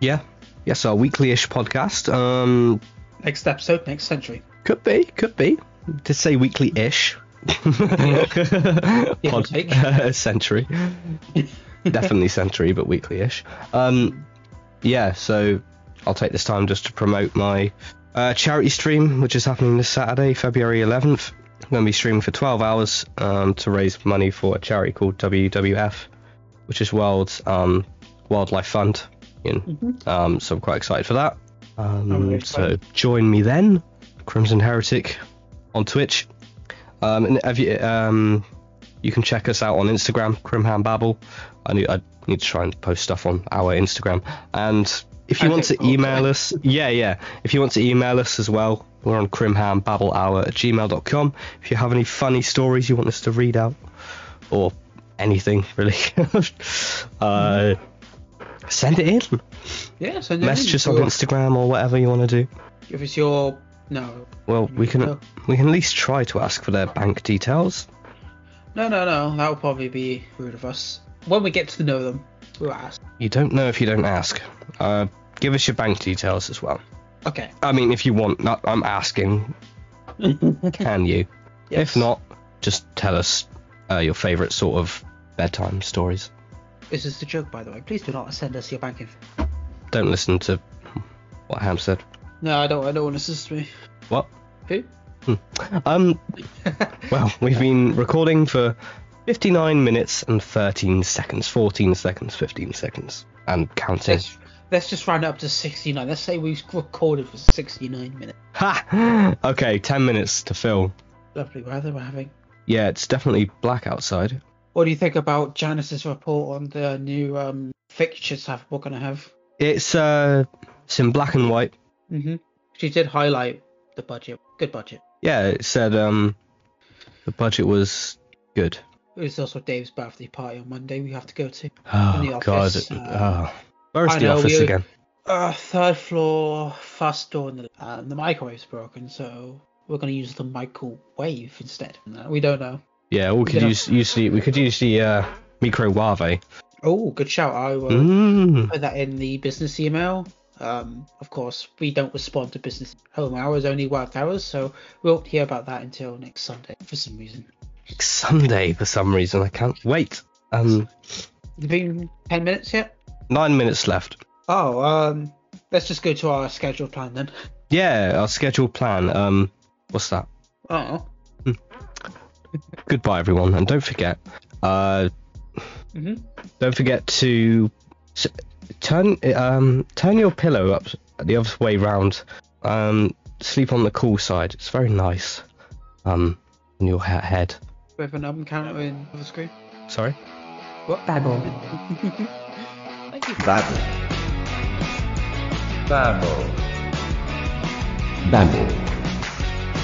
E: Yeah. Yeah, so a weekly ish podcast. Um
F: next episode, next century.
E: could be, could be. To say weekly
F: *laughs*
E: *laughs* ish. Pod *laughs*
F: take.
E: Uh, century. Definitely century, but weekly ish. Um yeah, so I'll take this time just to promote my uh, charity stream, which is happening this Saturday, February 11th. I'm going to be streaming for 12 hours um, to raise money for a charity called WWF, which is World um, Wildlife Fund. You know. Um, so I'm quite excited for that.
F: Mm-hmm. I'm really
E: Um, so
F: excited.
E: join me then, Crimson Heretic, on Twitch. Um, and have you, um, you can check us out on Instagram, Crimham Babble. I need, I need to try and post stuff on our Instagram. And if you
F: I
E: want to
F: think we'll
E: email
F: try.
E: us, yeah, yeah. If you want to email us as well, we're on crimhambabblehour at gmail.com. If you have any funny stories you want us to read out, or anything really, *laughs* uh, send it in.
F: Yeah, so
E: Message us on Instagram or whatever you want to do.
F: If it's your no,
E: Well, we can
F: No.
E: we can at least try to ask for their bank details.
F: no, no, no, that will probably be rude of us. When we get to know them, we'll ask.
E: You don't know if you don't ask. Uh, give us your bank details as well.
F: Okay.
E: I mean, if you want, not, I'm asking, can you?
F: Yes.
E: If not, just tell us uh, your favourite sort of bedtime stories.
F: this is the joke, by the way. Please do not send us your bank info.
E: Don't listen to what Ham said.
F: No, I don't. I don't want to assist me.
E: What?
F: Who?
E: Um. Well, we've been recording for 59 minutes and 13 seconds, 14 seconds, 15 seconds, and counting.
F: Let's, let's just round it up to 69. Let's say we recorded for 69 minutes.
E: Ha! Okay, 10 minutes to fill.
F: Lovely weather we're having.
E: Yeah, it's definitely black outside.
F: What do you think about Janice's report on the new um, fixtures have, we're going to have?
E: It's uh, it's in black and white.
F: hmm She did highlight the budget. Good budget.
E: Yeah, it said um, the budget was good.
F: It was also Dave's birthday party on Monday we have to go to.
E: Oh
F: the
E: God!
F: office, uh,
E: oh. Where's
F: I
E: the
F: know,
E: office
F: we-
E: again?
F: Uh, third floor, fast door, and the, and the microwave's broken, so we're going to use the microwave instead. No, we don't know.
E: Yeah, we could
F: Yeah.
E: use use the we could use the uh, microwave.
F: Oh, good shout. I will.
E: Mm.
F: put that in the business email. Um, of course, we don't respond to business home hours, only work hours, so we won't hear about that until next Sunday for some reason.
E: It's Sunday for some reason. I can't wait. Um,
F: It's been 10 minutes yet?
E: nine minutes left.
F: Oh, um, let's just go to our schedule plan then.
E: Yeah, our scheduled plan. Um, what's that?
F: Oh,
E: Goodbye, everyone, and don't forget. Uh,
F: Mhm.
E: don't forget to s- turn um turn your pillow up the other way round. Um, sleep on the cool side. It's very nice. Um, on your he- head.
F: with an album counter in the screen.
E: Sorry.
F: What?
B: Babble.
F: Thank you.
A: Babble. Babble. Babble.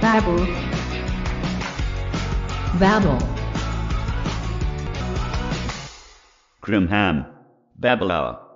B: Babble. Babble.
A: Grimham. Babble hour.